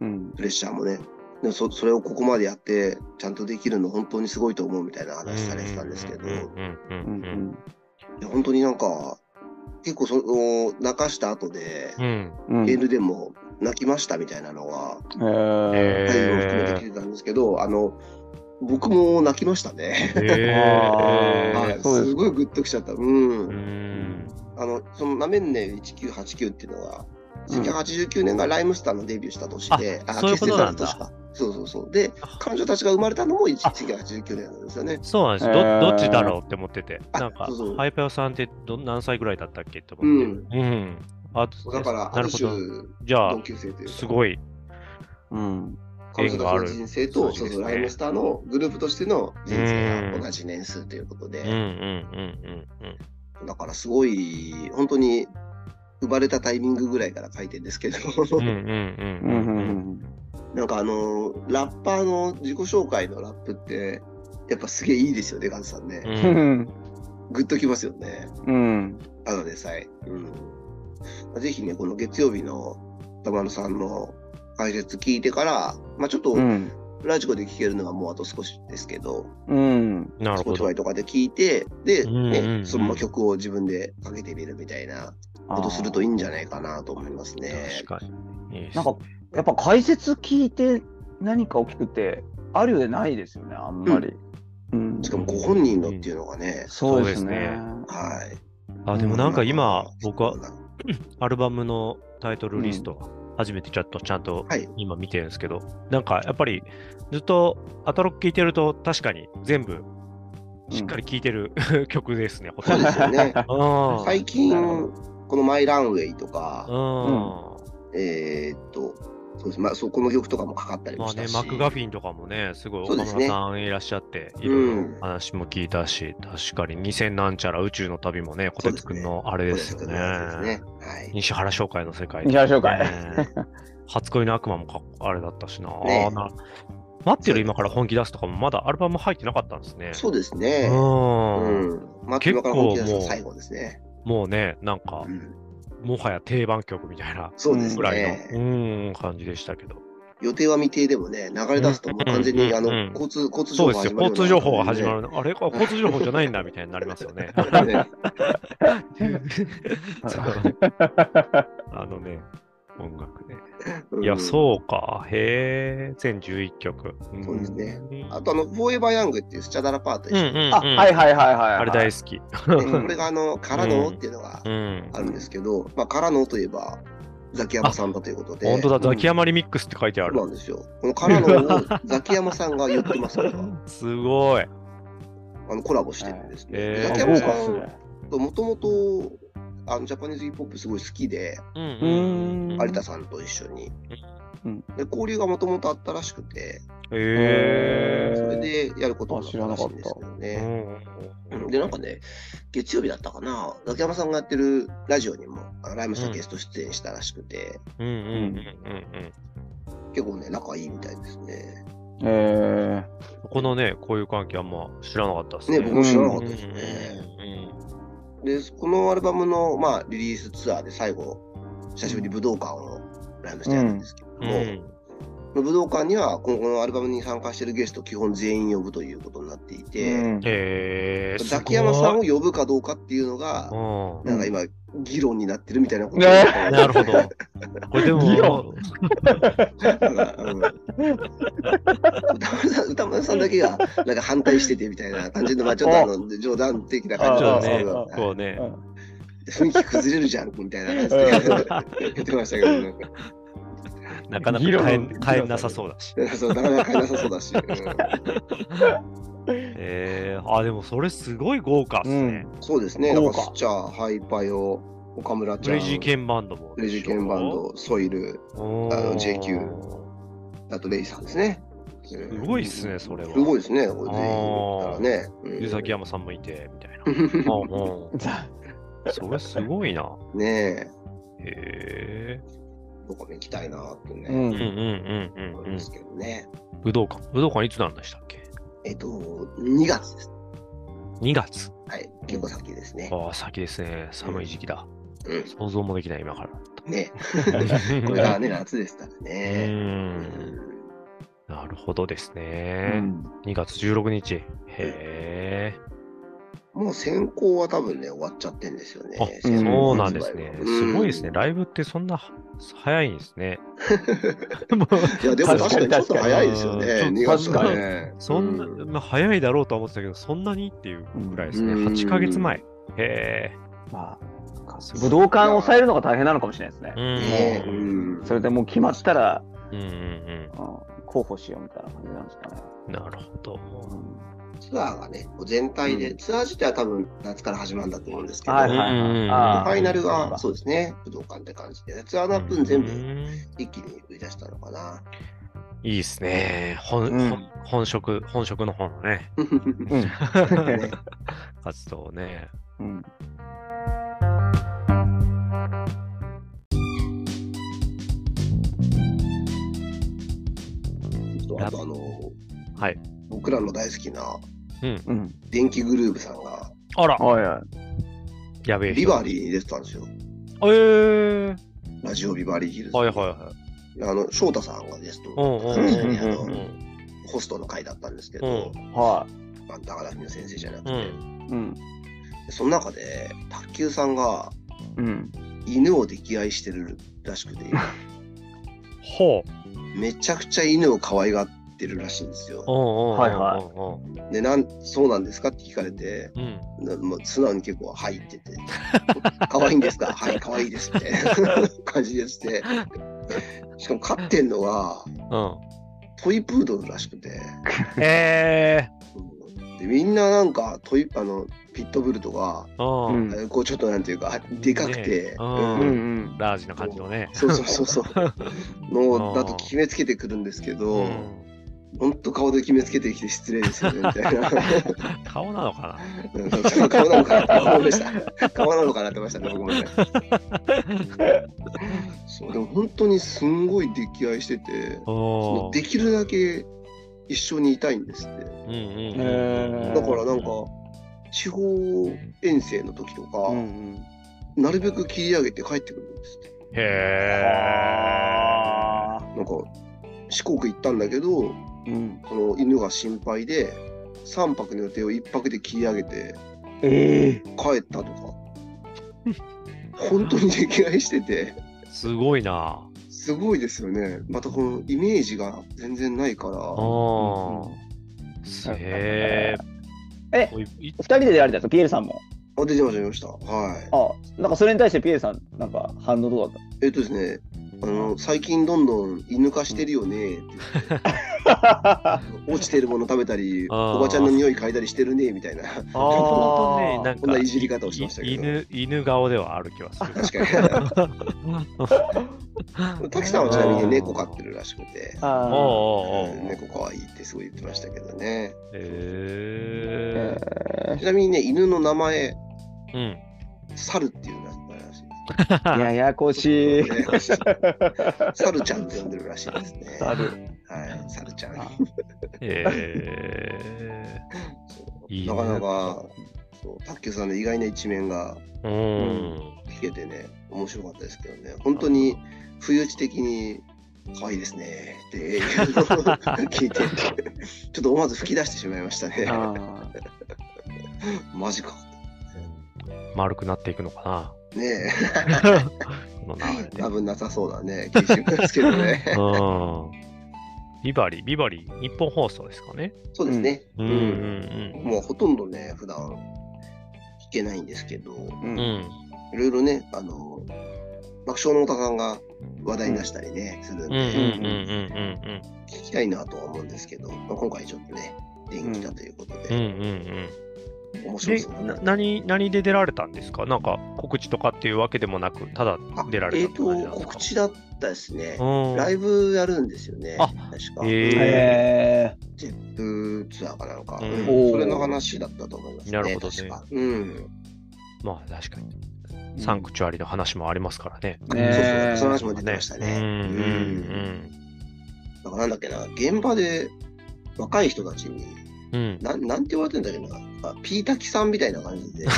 Speaker 2: うん。
Speaker 1: プレッシャーもねでもそそれをここまでやってちゃんとできるの本当にすごいと思うみたいな話されてたんですけど、
Speaker 3: うん
Speaker 1: い
Speaker 3: うん
Speaker 2: う
Speaker 3: うんんうん
Speaker 1: や本当になんか結構その泣かした後で
Speaker 3: うん。うん。
Speaker 2: うん。
Speaker 1: メールでも泣きましたみたいなのが
Speaker 2: えー
Speaker 1: 太陽を含めて来てたんですけど、あの僕も泣きましたね。
Speaker 2: あー
Speaker 3: へ
Speaker 1: は
Speaker 3: ー
Speaker 1: い、
Speaker 2: そうです
Speaker 1: すごいグッときちゃった。うん。
Speaker 3: うん
Speaker 1: あの、そのなめんね1989っていうのは、
Speaker 2: うん
Speaker 1: 1989年がライムスターのデビューした年で、
Speaker 3: あ
Speaker 1: あ
Speaker 3: そういうことなんだ
Speaker 1: 結成された年かそうそうそう。で、彼女たちが生まれたのも1989年なんですよね。
Speaker 3: そうなんです。
Speaker 2: えー
Speaker 3: どどっちだろうって思ってて。
Speaker 1: あ
Speaker 3: なんか
Speaker 1: そうそう、
Speaker 3: ハイペオさんってど何歳ぐらいだったっけって思って。うん。あ
Speaker 1: だから、
Speaker 3: な
Speaker 1: あ
Speaker 3: る
Speaker 1: る
Speaker 3: ほ
Speaker 1: 種、
Speaker 3: ど。じゃあ
Speaker 1: 同、級生というか、
Speaker 3: すごい。
Speaker 2: うん。
Speaker 1: 彼女たちの人生と、そうそ
Speaker 3: 縁がある
Speaker 1: う、
Speaker 3: そうですね
Speaker 1: ライムスターのグループとしての人生が同じ年数ということ
Speaker 3: うんうん
Speaker 1: で、
Speaker 3: うんうん
Speaker 1: だからすごい、本当に、生まれたタイミングぐらいから書いてんですけど、
Speaker 3: うん。うんう
Speaker 2: う。
Speaker 3: んうんん
Speaker 2: う
Speaker 3: うん。
Speaker 2: ん
Speaker 1: なんかあのーラッパーの自己紹介のラップって、やっぱすげえいいですよね、ガンさんね。
Speaker 2: う
Speaker 3: うん
Speaker 2: ん。
Speaker 1: グッときますよね、
Speaker 2: うん。
Speaker 1: あのでさえ。うん、ぜひね、この月曜日の歌丸さんの解説聞いてから、まあちょっと
Speaker 2: うん。
Speaker 1: ラジコで聞けるのはもうあと少しですけど、
Speaker 2: うん。
Speaker 3: なるほど
Speaker 1: Spotify。とかで聞いて、で、
Speaker 3: うんうんうん
Speaker 1: ね、そのまま曲を自分でかけてみるみたいなことするといいんじゃないかなと思いますね。
Speaker 3: 確かに。いいっす
Speaker 2: なんか、やっぱ解説聞いて何かを聞くって、あるようでないですよね、あんまり。うん
Speaker 1: しかもご本人のっていうのがね、
Speaker 2: そうですね。
Speaker 1: はい。
Speaker 3: あ、でもなんか今、僕は
Speaker 1: は、
Speaker 3: アルバムのタイトルリストが初めてちゃんとちゃんと
Speaker 1: はい
Speaker 3: 今見てるんですけど、なんかやっぱりずっとアトロック聴いてると確かに全部しっかり聴いてる、曲ですね、ほと
Speaker 1: そうんで
Speaker 3: ど。
Speaker 1: すよ
Speaker 3: (laughs)
Speaker 1: ね。
Speaker 3: うん
Speaker 1: 最近
Speaker 2: なるほど、
Speaker 1: このマイランウェイとか、
Speaker 3: うん。
Speaker 1: えーっと、そうです。まあ、そうこの曲とかもかかったりも
Speaker 3: まあ
Speaker 1: し
Speaker 3: ね
Speaker 1: た、し。
Speaker 3: マクガフィンとかもね、すごい
Speaker 1: そ
Speaker 3: 岡
Speaker 1: うですね
Speaker 3: 村さんいらっしゃって、いろ
Speaker 1: う
Speaker 3: いろ
Speaker 1: ん
Speaker 3: 話も聞いたし、確かに2000なんちゃら宇宙の旅もね、小
Speaker 1: そう
Speaker 3: 鉄
Speaker 1: ですね
Speaker 3: くんのあれですよ
Speaker 1: そうです
Speaker 3: ね
Speaker 1: ね。。はい。
Speaker 3: 西原商会の世界
Speaker 2: 西原商会
Speaker 3: ね初恋の悪魔もかあれだったしな。
Speaker 1: ね
Speaker 3: あーな待ってる今から本気出すとかもまだアルバム入ってなかったんですね。
Speaker 1: そうですね。う
Speaker 3: うん
Speaker 1: ん。マックマカロンキーの最後ですね。
Speaker 3: もうね、なんか
Speaker 1: う、ん、
Speaker 3: もはや定番曲みたいな
Speaker 1: そうです
Speaker 3: ぐらいの、
Speaker 1: ね。
Speaker 3: うん感じでしたけど。
Speaker 1: 予定は未定でもね、流れ出すともう完全
Speaker 3: うん
Speaker 1: に、あの
Speaker 3: うん、
Speaker 1: 交通、交通情
Speaker 3: そう
Speaker 1: 報
Speaker 3: です
Speaker 1: 始
Speaker 3: よ、
Speaker 1: まる
Speaker 3: 交通情報が始ま
Speaker 1: る
Speaker 3: るの。あれか、交通情報じゃないんだみたいになりますよね。
Speaker 1: ような感じで。ね (laughs)
Speaker 3: そうあのね、音楽
Speaker 1: う
Speaker 3: ね。
Speaker 1: ん
Speaker 3: いや、そうか。へえ、全11曲。ん
Speaker 1: そうですね。あと、あの、フォーエバーヤングっていうスチャダラパート
Speaker 3: うん
Speaker 1: 一
Speaker 3: う
Speaker 1: 緒
Speaker 3: ん
Speaker 1: に、
Speaker 3: うん、
Speaker 2: あ、はいはいはいはい。
Speaker 3: あれ大好き。
Speaker 1: ねこれが、あの、からのっていうのが
Speaker 3: うん
Speaker 1: あ。るんですけど、まあ、からのといえば、ザキヤマさんだということで。
Speaker 3: 本当だ、
Speaker 2: ん
Speaker 3: ザキヤマリミックスって書いてあ
Speaker 1: そうな
Speaker 3: る。
Speaker 1: んですよ。このカラノをザキヤマさんが言ってます
Speaker 3: (laughs)
Speaker 1: から、
Speaker 3: すごい。
Speaker 1: あのコラボしてるんですね。
Speaker 3: えー
Speaker 1: ザキヤ
Speaker 2: 豪
Speaker 1: マ
Speaker 2: 華
Speaker 1: さ
Speaker 2: っす
Speaker 1: ん
Speaker 2: ね。
Speaker 1: ともともとあのジャパニーズヒップホップすごい好きで、
Speaker 3: うん
Speaker 2: う
Speaker 3: うん
Speaker 2: ん
Speaker 1: 有田さんと一緒に。
Speaker 2: うん
Speaker 1: で交流がもともとあったらしくて、
Speaker 3: へ
Speaker 1: そ
Speaker 2: ー
Speaker 1: れでやること
Speaker 2: あ知
Speaker 1: に
Speaker 2: ら
Speaker 1: な
Speaker 2: な
Speaker 1: った
Speaker 2: からっ
Speaker 1: しい
Speaker 2: た
Speaker 1: んですけど
Speaker 3: え。う
Speaker 1: ね。
Speaker 3: ん
Speaker 1: うんで、なんかね、月曜日だったかな、竹山さんがやってるラジオにも、あのライムスターゲスト出演したらしくて、
Speaker 3: うんうんうんうん
Speaker 1: 結構ね、仲いいみたいですね。
Speaker 2: え
Speaker 3: うん。このね、こういう関係あんま知らなかったですね。
Speaker 1: ね、僕も知らなかっ
Speaker 3: う
Speaker 1: た
Speaker 3: ん
Speaker 1: ですね。
Speaker 3: うん
Speaker 1: で、このアルバムの、まあ、リリースツアーで最後、久しぶりに武道館をライブしてやるんですけども、
Speaker 3: うん
Speaker 1: 武道館には今後のアルバムに参加してるゲスト基本全員呼ぶということになってい
Speaker 2: え
Speaker 1: て、
Speaker 3: へえ。
Speaker 1: ザキヤマさんを
Speaker 3: を。
Speaker 1: 呼ぶかどうかっていうのが、
Speaker 3: う
Speaker 1: なんか今、議論になってるみたいなこと
Speaker 2: ね
Speaker 3: ん。 (laughs) なるほど。これで
Speaker 2: 議
Speaker 3: も
Speaker 2: 論、
Speaker 1: うん歌丸さん歌丸さんだけがなんか反対しててみたいな感じの、まあ、ちょっとあの冗談的な感
Speaker 3: ち
Speaker 1: じ
Speaker 3: ょ
Speaker 1: な
Speaker 3: っ
Speaker 1: ん
Speaker 3: と
Speaker 1: です
Speaker 3: ね
Speaker 1: けど、、
Speaker 3: こうね、
Speaker 1: 雰囲気崩れるじゃんみたいな感じで言ってましたけど、なんか
Speaker 3: なかなか
Speaker 2: 議論
Speaker 3: 変え変えなさそうだし。
Speaker 1: (laughs) そうなかなかなさそう
Speaker 3: (laughs)
Speaker 1: だし、うん
Speaker 3: えー、あ、でもそれすごい豪華っすね。
Speaker 1: そうですね、なん
Speaker 2: 豪
Speaker 1: か
Speaker 2: 華
Speaker 1: スチャー、ハイパヨ、岡村ち
Speaker 3: ブ
Speaker 1: ゃん、
Speaker 3: レイジーケンバンドも。
Speaker 1: ブレイジーケンバン。ド、ソイル、あの JQ あとレイさんですね。す
Speaker 3: すごいっすね、それは。
Speaker 1: すごいですね、これ全員だったらね。うん
Speaker 3: で、崎山さんもいて、みた
Speaker 1: (laughs)
Speaker 3: いな。うんうん
Speaker 2: ざ
Speaker 3: それすごいな。
Speaker 1: ねえ、
Speaker 3: へえ。
Speaker 1: どこも行きたいなって
Speaker 2: う
Speaker 1: ね、
Speaker 3: うんうん
Speaker 2: ん
Speaker 3: うん
Speaker 1: 思
Speaker 3: う
Speaker 1: うん
Speaker 3: んうん
Speaker 1: で。すけどね。
Speaker 3: 武道館。武道館いつなんでしたっけ
Speaker 1: えっと、2月です。
Speaker 3: ?2 月。
Speaker 1: はい、結構先ですね。
Speaker 3: ああ、先ですね。寒い時期だ。
Speaker 1: うん、
Speaker 3: 想像もできない、今から。
Speaker 1: ね (laughs) え、これが
Speaker 3: う
Speaker 1: ね、夏ですからね。
Speaker 3: ん。なるほどですね。2月16日。へえ。
Speaker 1: もう選考は多分ね、終わっちゃってんですよね
Speaker 3: あ、。
Speaker 1: 選考
Speaker 3: そうなんですね
Speaker 1: 発売。は
Speaker 3: すごいですね。。ライブってそんな早いんです (laughs) ね。もう
Speaker 1: うんいや、でも確かにちょっと
Speaker 2: 確かに
Speaker 1: 早いですよね、
Speaker 3: うん
Speaker 1: 2月は
Speaker 2: 確
Speaker 1: ね。
Speaker 3: そんな、
Speaker 1: う
Speaker 3: まあ、早いだろうとは思ってたけど、そんなにっていうぐらいですね。
Speaker 1: うん
Speaker 3: 8ヶ月前。へ
Speaker 2: まあ、武道館を抑えるのが大変なのかもしれないですね
Speaker 3: え。。うん
Speaker 1: ねえうん
Speaker 2: それでもう決まったら、
Speaker 3: うんうん
Speaker 2: うん候補しようみたいな感じなんですかね。
Speaker 3: うん。なるほど。
Speaker 1: ツアーがね、こう全体で、
Speaker 2: う
Speaker 1: ツアー自体は多分夏から始まるんだと思うんですけど、
Speaker 2: はいはい
Speaker 1: フ
Speaker 3: うんうんうん
Speaker 2: はい。ああ
Speaker 1: ァイナル
Speaker 2: そう
Speaker 1: が
Speaker 2: か
Speaker 1: そうですね、武道館って感じで、ツアーの分全部
Speaker 3: うん
Speaker 1: 一気に売り出したのかな。
Speaker 3: いいですね。
Speaker 2: う
Speaker 3: 本、
Speaker 2: ん
Speaker 3: 本本職、本職の方の (laughs) ね、
Speaker 2: うん
Speaker 1: ね
Speaker 3: 活動をね。
Speaker 2: うん
Speaker 1: あとあの、
Speaker 3: はい
Speaker 1: 僕らの大好きな
Speaker 2: うん。
Speaker 1: 電気グルーブさんが、
Speaker 3: あら、
Speaker 2: おいおい。
Speaker 3: やべえ人。
Speaker 1: ビバリーに出てたんですよ。
Speaker 3: えー、
Speaker 1: ラジオビバリーヒルズ。
Speaker 3: はいはいはい。
Speaker 1: あの、翔太さんがゲスト
Speaker 3: うんうん
Speaker 1: なんですよねあ
Speaker 2: うんうん
Speaker 3: う
Speaker 1: の
Speaker 3: ん
Speaker 1: ホストの回だったんですけ
Speaker 3: う
Speaker 1: ど、
Speaker 2: は
Speaker 1: あの高田文夫先生じゃなく
Speaker 3: う
Speaker 1: て、
Speaker 3: ん。
Speaker 2: い。うん。
Speaker 1: その中で、卓球さんが
Speaker 2: うん。
Speaker 1: 犬を溺愛してるらしくて、
Speaker 3: ほ
Speaker 1: めちゃくちゃ犬を可愛がってるらしいんです
Speaker 3: う。う
Speaker 1: よ。
Speaker 3: んうんうんうん。
Speaker 2: はいはい
Speaker 3: い。
Speaker 1: で、なんそうなんですかって聞かれて、
Speaker 3: うん。
Speaker 1: なもう素直に結構「はい」って (laughs) 言って「可愛いんですかはい可愛いです」みたいな (laughs) 感じでしてしかも飼ってんのが
Speaker 3: うん。
Speaker 1: トイプードルらしくて
Speaker 3: え
Speaker 1: でみんななんかトイあのピットブルとか、
Speaker 3: ー。うん。
Speaker 2: うん
Speaker 1: こうちょっとなんていうかでかくて、
Speaker 3: う
Speaker 2: うんんうん。
Speaker 3: ラージな感じのね。
Speaker 1: そうそうそうそうのだと決めつけてくるんですけど、
Speaker 3: うん
Speaker 1: ほんと顔で決めつけてきて失礼ですよねみたいな
Speaker 3: 顔なのかな
Speaker 1: うん顔なのかなって思いました顔なのかなって思いましたね僕もねそうでも本当にすんごい溺愛しててその
Speaker 3: お
Speaker 1: できるだけ一緒にいたいんですってだ
Speaker 3: うんうんうん
Speaker 2: えー
Speaker 1: からなんか地方遠征の時とか、
Speaker 2: うん。
Speaker 1: なるべく切り上げて帰ってくるんですって
Speaker 3: へ
Speaker 2: ああ。
Speaker 1: なんか四国行ったんだけど
Speaker 2: うん。
Speaker 1: その犬が心配で3泊の予定を1泊で切り上げて
Speaker 2: ええ。
Speaker 1: 帰ったとか本当に溺愛してて
Speaker 3: え。すごいな。
Speaker 1: すごいですよねまたこのイメージが全然ないから
Speaker 3: ああ。へえ。
Speaker 2: え
Speaker 3: い
Speaker 2: 二人でやられたんですかピエールさんも。
Speaker 1: あ出てました出てましたはい
Speaker 2: あ、なんかそれに対してピエールさん、なんか反応どうだっ
Speaker 1: えっとですね、あの最近どんどん犬化してるよね
Speaker 3: (laughs)
Speaker 1: って言って落ちてるもの食べたり
Speaker 3: あー
Speaker 1: おばちゃんの匂い嗅いだりしてるねみたいな
Speaker 3: 本当ね、なん
Speaker 1: こん
Speaker 3: か
Speaker 1: ないじり方をしましたけど
Speaker 3: 犬犬顔ではある気はする。
Speaker 1: 確かに滝さんはちなみに猫飼ってるらしくて、
Speaker 3: (laughs) おう
Speaker 2: あ
Speaker 3: おうおう
Speaker 1: うん猫可愛いってすごい言ってましたけどね
Speaker 3: え
Speaker 2: ーえ
Speaker 1: ちなみにね犬の名前
Speaker 3: ーうん。
Speaker 1: 猿っていうらしい
Speaker 2: ーややこしい。
Speaker 3: (laughs)
Speaker 1: です、ね、猿ちゃんって呼んでるらしいですね
Speaker 2: ある。
Speaker 1: はい猿ちゃん
Speaker 2: あ
Speaker 3: え
Speaker 1: そう (laughs)
Speaker 3: いいね
Speaker 1: なかなかそう卓球さんの意外な一面が
Speaker 3: ー、うん。
Speaker 1: 聞けてね面白かったですけどね本当に不意打ち的に可愛いですねっていうのを聞いてちょっと思わず吹き出してしまいましたね
Speaker 2: あー
Speaker 1: マジか
Speaker 3: 丸くなっていくのか
Speaker 1: ね (laughs)
Speaker 3: な。この流れ
Speaker 1: え
Speaker 3: で。
Speaker 1: 多分なさそうだね気がしますけどね
Speaker 3: (laughs) うん。ビバリ、ビバリ、日本放送ですかね。
Speaker 1: そうですね、
Speaker 3: うん
Speaker 1: う
Speaker 3: うんん
Speaker 1: もうほとんどね普段聞けないんですけど
Speaker 2: う
Speaker 3: うん。
Speaker 2: ん
Speaker 3: うん。
Speaker 1: いろいろねあの爆笑の太田さんが話題に出したりね、するん
Speaker 3: うんうんうん
Speaker 1: で、
Speaker 3: うん
Speaker 1: 聞きたいなとは思うんですけど、まあ、今回ちょっとね、電気だということ
Speaker 3: うんうんう
Speaker 1: で、
Speaker 3: んうん。
Speaker 1: 面白
Speaker 3: で
Speaker 1: そう、だ
Speaker 3: な
Speaker 1: な。
Speaker 3: 何、何で出られたんですかなんか告知とかっていうわけでもなく、ただ
Speaker 1: あ
Speaker 3: 出られ
Speaker 1: え
Speaker 3: た
Speaker 1: っ、
Speaker 3: って感じなん
Speaker 1: と、
Speaker 3: ですか
Speaker 1: 告知だったですね。
Speaker 3: うん
Speaker 1: ライブやるんですよね、
Speaker 3: あ
Speaker 1: 確か。
Speaker 2: え
Speaker 3: へ
Speaker 1: ジェップツアーかなんか、
Speaker 3: うん
Speaker 1: うんそれの話だったと思いますね。
Speaker 3: なるほどね
Speaker 1: 確か。うん。
Speaker 3: まあ確かに。サンクチュアリの話もありますからね。
Speaker 2: ー。
Speaker 1: そうそうその話も
Speaker 2: ね
Speaker 1: 出てましたね。
Speaker 3: うんうん
Speaker 1: だからなんだっけな、現場で若い人たちに、
Speaker 3: うんうん。
Speaker 1: なんなんて言われてんだっけな、あピータキさんみたいな感
Speaker 3: (laughs)
Speaker 1: じで、ピ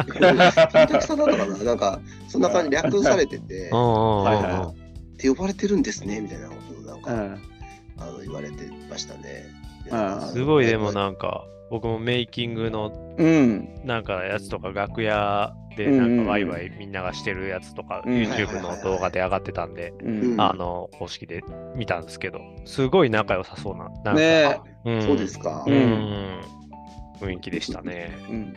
Speaker 1: ータキさんだったかな、なんか、そんな感じ、略されてて、
Speaker 3: うんうん
Speaker 2: はい
Speaker 3: うん
Speaker 2: はいは
Speaker 1: って呼ばれてるんですねみたいなことをなん
Speaker 2: う
Speaker 1: か、
Speaker 2: ん
Speaker 1: あの言われてましたね。で
Speaker 2: うん
Speaker 1: なんか
Speaker 3: すごいでも
Speaker 1: あ
Speaker 3: なんか、僕もメイキングの
Speaker 2: うん。
Speaker 3: なんかやつとか楽屋で
Speaker 2: うんうんうん
Speaker 3: なんかワイワイみんながしてるやつとか、
Speaker 2: うん
Speaker 3: YouTube の動画で上がってたんで、
Speaker 2: うん。
Speaker 1: あ
Speaker 3: あの、公式で見たんですけど、すごい仲良さそうな、なんか、
Speaker 2: ねえ。
Speaker 3: うん
Speaker 1: そうですか。
Speaker 3: う
Speaker 1: うん
Speaker 3: ん。雰囲気でしたね。
Speaker 2: うん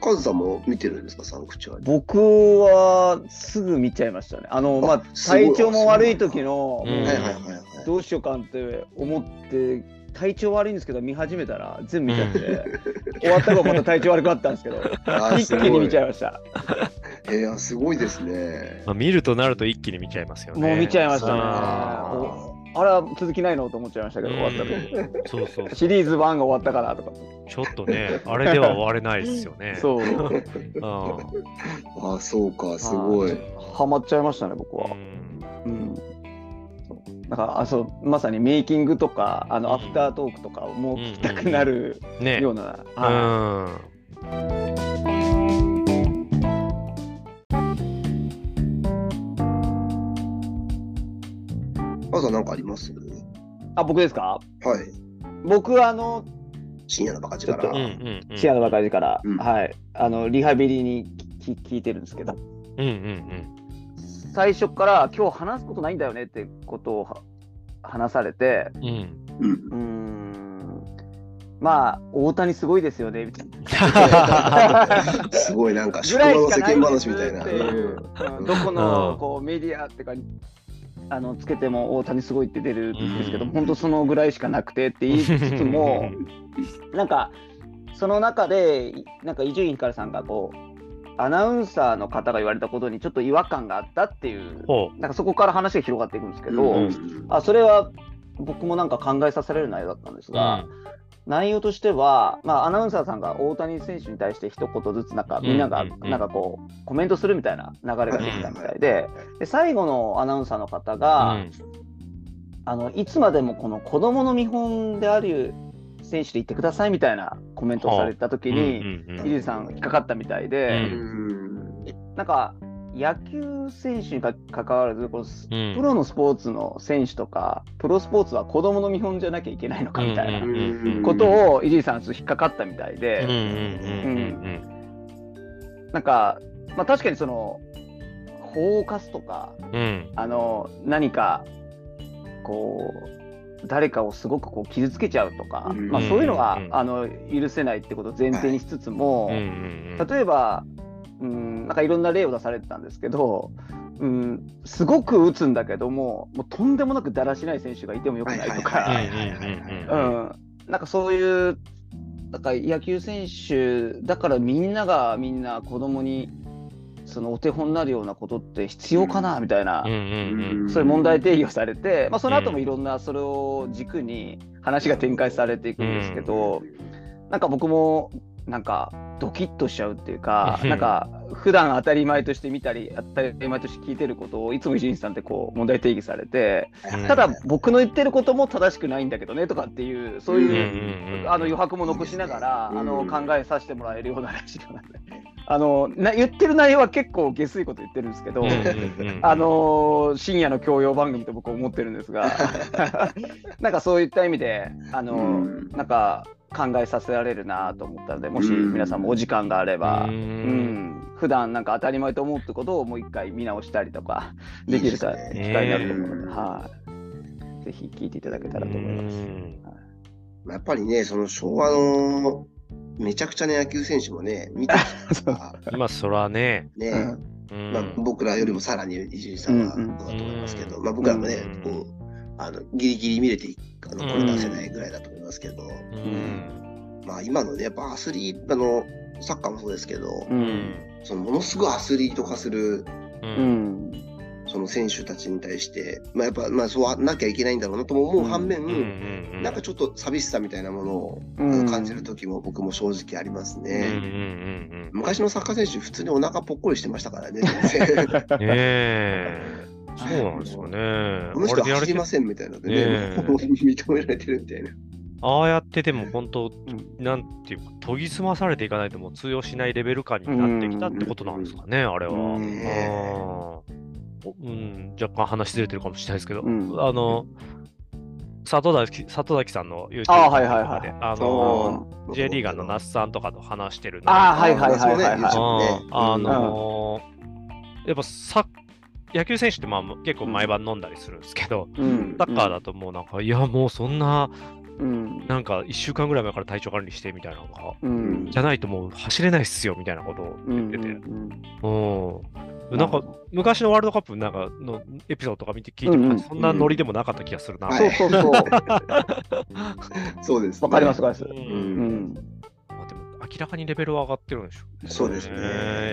Speaker 1: カズさんも見てるんですか、サンクチュアリ。
Speaker 2: 僕はすぐ見ちゃいましたね。あの、まあ、
Speaker 1: あすごい
Speaker 2: 体調も悪い時の、
Speaker 3: う
Speaker 1: は
Speaker 3: ん
Speaker 1: いはいはいはい。
Speaker 2: どうしようかって思って、体調悪いんですけど、見始めたら全部見ちゃって、終わった後また体調悪くなったんですけ (laughs) ど、
Speaker 1: あ
Speaker 2: 一気に見ち
Speaker 1: う。
Speaker 2: ゃいました。
Speaker 1: いや、すごいですね。
Speaker 3: まあ、見るとなると一気に見ちゃいますよね。
Speaker 2: もう見ちゃいましたね
Speaker 3: あー
Speaker 2: あら、続きないのと思っちゃいましたけど、終わった時。
Speaker 3: うんそうそう
Speaker 2: シリーズ1が終わったからとか。
Speaker 3: ちょっとね、あれでは終われないですよね。
Speaker 2: そう。
Speaker 3: うん。
Speaker 1: あ、そうか、すごい。
Speaker 2: あー。ハマっちゃいましたね、僕は
Speaker 3: う。ん。
Speaker 2: うん。だからあそうまさにメイキングとかあ
Speaker 3: うん
Speaker 2: のアフタートークとかをもう聞きたくなる
Speaker 3: ね。
Speaker 2: ような、
Speaker 3: う
Speaker 2: は
Speaker 3: ん。
Speaker 1: カズさん、なんかあります
Speaker 2: いあ僕ですか
Speaker 1: はい。
Speaker 2: 僕はあの
Speaker 1: 深夜のバカ力
Speaker 2: ちょっ
Speaker 3: う
Speaker 2: と
Speaker 3: んうんうん。
Speaker 2: チアの若い時から、
Speaker 1: うん
Speaker 2: はい、あのリハビリにき聞いてるんですけど
Speaker 3: うんうん
Speaker 2: 最初から今日話すことないんだよねってことをは話されて
Speaker 3: うん。うん。
Speaker 1: うん
Speaker 2: うーんまあ大谷すごいですよねみたいな
Speaker 1: すごい、なんか、
Speaker 2: (laughs) ぐ
Speaker 1: 宿
Speaker 2: ら
Speaker 1: 場
Speaker 2: い
Speaker 1: の
Speaker 2: しか
Speaker 1: 世間
Speaker 2: ないで
Speaker 1: 話
Speaker 2: す
Speaker 1: み
Speaker 2: った
Speaker 1: いな。
Speaker 2: ていう、うんどこ
Speaker 3: うん
Speaker 2: のこうメディアってかあのつけても大谷すごいって出るんですけど、
Speaker 3: うん
Speaker 2: 本当そのぐらいしかなくてって言いつつもなんかその中でいなんか伊集院光さんがこうアナウンサーの方が言われたことにちょっと違和感があったっていう
Speaker 3: ほ
Speaker 2: なんかそこから話が広がっていくんですけど、
Speaker 1: うん
Speaker 2: あそれは僕もなんか考えさせられる内容だったんです
Speaker 3: う。
Speaker 2: が。内容としては、まあ、アナウンサーさんが大谷選手に対して一言ずつなんかみんなが
Speaker 3: うんうんうん
Speaker 2: なんかこうコメントするみたいな流れができたみたいでで最後のアナウンサーの方が、
Speaker 3: うん
Speaker 2: あのいつまでもこの子供の見本である選手で言ってくださいみたいなコメントをされた時
Speaker 3: うん
Speaker 2: に
Speaker 3: う
Speaker 2: 伊
Speaker 3: んう
Speaker 2: 集
Speaker 3: ん
Speaker 2: 院さんが引っかかったみたいうで、
Speaker 1: ん
Speaker 2: なんか野球選手にか関わらずこのス
Speaker 3: うん
Speaker 2: プロのスポーツの選手とかプロスポーツは子供の見本じゃなきゃいけないのかみたいな。
Speaker 3: うんうんうん
Speaker 2: ことを伊集院さんちょっと引っかかったみたい
Speaker 3: うんう
Speaker 2: で、
Speaker 3: んうん
Speaker 2: なんか、まあ、確かにそのフォーカスとか
Speaker 3: うんうん
Speaker 2: あの何かこう誰かをすごくこう傷つけちゃうとか、
Speaker 1: うん
Speaker 2: まあ、そういうのが、
Speaker 3: うんうん
Speaker 2: あの許せないってことを前提にしつつも、
Speaker 3: うんうんうん
Speaker 2: 例えば、うん、なんかいろんな例を出されてたんですけどうん、すごく打つんだけども、もうとんでもなくだらしない選手がいてもよくないと
Speaker 1: は
Speaker 2: か、
Speaker 1: いはいはいはい
Speaker 3: うんうんうん
Speaker 2: う
Speaker 3: うん
Speaker 2: ん、なんかそういう、なんか野球選手だからみんながみんな子供にそのお手本になるようなことって必要かなみたいな、
Speaker 3: うんうん
Speaker 2: そういう問題定義をされて、まあ、その後もいろんなそれを軸に話が展開されていくんですけど、なんか僕もなんかドキッとしちゃうっていうかなんか普段当たり前として見たり当たり前として聞いてることをいつも伊集院さんってこう問題定義されて
Speaker 3: うん
Speaker 2: ただ僕の言ってることも正しくないんだけどねとかっていうそう
Speaker 3: うんう
Speaker 2: いう、
Speaker 3: んうん
Speaker 2: あの余白も残しながら、
Speaker 1: うん
Speaker 2: あの考えさせてもらえるような話かなあのな言ってる内容は結構下水こと言ってるんですけど。
Speaker 3: うんうんうん
Speaker 2: あのー深夜の教養番組と僕は思ってるんですがなんかそういった意味で、あのー
Speaker 1: うん
Speaker 2: なんか考えさせられるなと思ったのでもし皆さんもお時間があれば、
Speaker 3: う
Speaker 2: うんん、普段なんか当たり前と思うってことをもう一回見直したりとかできるさ
Speaker 1: いいです
Speaker 2: 機
Speaker 1: ね
Speaker 2: 会になると思うので、
Speaker 1: うん
Speaker 2: はいぜひ聞いていただけたらと思います。
Speaker 3: うん
Speaker 1: やっぱりね、その昭和のめちゃくちゃな野球選手もね、見て
Speaker 2: (laughs)
Speaker 1: きたから
Speaker 3: まあそらね、
Speaker 1: ね、
Speaker 3: うん
Speaker 1: まあ、僕らよりもさらに伊集院さんは
Speaker 2: う
Speaker 1: どうん
Speaker 2: うん
Speaker 1: だと思いますけど、まあ、僕らもね、
Speaker 3: うん
Speaker 1: こうあのギリギリ見れてあのこれ出せないぐらいだと思いますけど、
Speaker 3: うん
Speaker 1: まあ、今のねやっぱアスリートあのサッカーもそうですけど、
Speaker 2: う
Speaker 3: うんん
Speaker 1: そのものすごいアスリート化する
Speaker 3: う
Speaker 2: うんん
Speaker 1: その選手たちに対して、まあ、やっぱ、まあ、そうはなきゃいけないんだろうなとも思う反面、
Speaker 3: うん
Speaker 1: なんかちょっと寂しさみたいなものを
Speaker 2: うん
Speaker 1: 感じる時も僕も正直あります
Speaker 3: うんう
Speaker 1: ね。
Speaker 3: んうん
Speaker 1: 昔のサッカー選手、普通にお腹ぽっこりしてましたからね。全
Speaker 3: (laughs)
Speaker 1: 然
Speaker 2: (laughs)
Speaker 3: ねえそうなんですよね。
Speaker 1: この
Speaker 3: あ
Speaker 1: 人
Speaker 3: れ
Speaker 1: は
Speaker 3: でや
Speaker 1: 走
Speaker 3: れ
Speaker 1: り
Speaker 3: て
Speaker 1: ませんみたいなので
Speaker 3: ね
Speaker 1: ね、(laughs)
Speaker 3: え
Speaker 1: 認められてるみたいな。
Speaker 3: ああやってでも本当、
Speaker 2: ん
Speaker 3: なんていうか研ぎ澄まされていかないともう通用しないレベル感になってきたってことなんですかね、あれは。
Speaker 2: うん
Speaker 3: あーおうん、若干話ずれてるかもしれないですけど、
Speaker 2: うん
Speaker 3: あの里崎里崎さんの YouTube
Speaker 2: あーはいはいはい
Speaker 3: とかであ
Speaker 1: そう
Speaker 3: の J リーガーの那須さんとかと話してるの
Speaker 2: あーはいはいはいはい
Speaker 1: あー
Speaker 2: はい。
Speaker 1: ね
Speaker 3: あのーやっぱさ野球選手ってまあ結構毎晩飲んだりするんですけど、
Speaker 2: うん
Speaker 3: サッカーだともうなんか、いやもうそんな
Speaker 2: うん
Speaker 3: なんか1週間ぐらい前から体調管理してみたいなのが
Speaker 2: うん
Speaker 3: じゃないともう走れないっすよみたいなことを
Speaker 2: うん
Speaker 3: 言ってて、
Speaker 2: うん
Speaker 3: うん、なんか昔のワールドカップなんかのエピソードとか見て聞いて
Speaker 2: うんう
Speaker 3: も
Speaker 2: ん
Speaker 3: そんなノリでもなかった気がするな。
Speaker 1: は
Speaker 2: そう
Speaker 1: い
Speaker 2: そうそう。
Speaker 1: (laughs) そうです、
Speaker 2: わかります、わかり
Speaker 3: う
Speaker 2: ます。
Speaker 1: うん
Speaker 2: うん
Speaker 3: まあでも明らかにレベルは上がってるんでしょうね。
Speaker 1: そうですね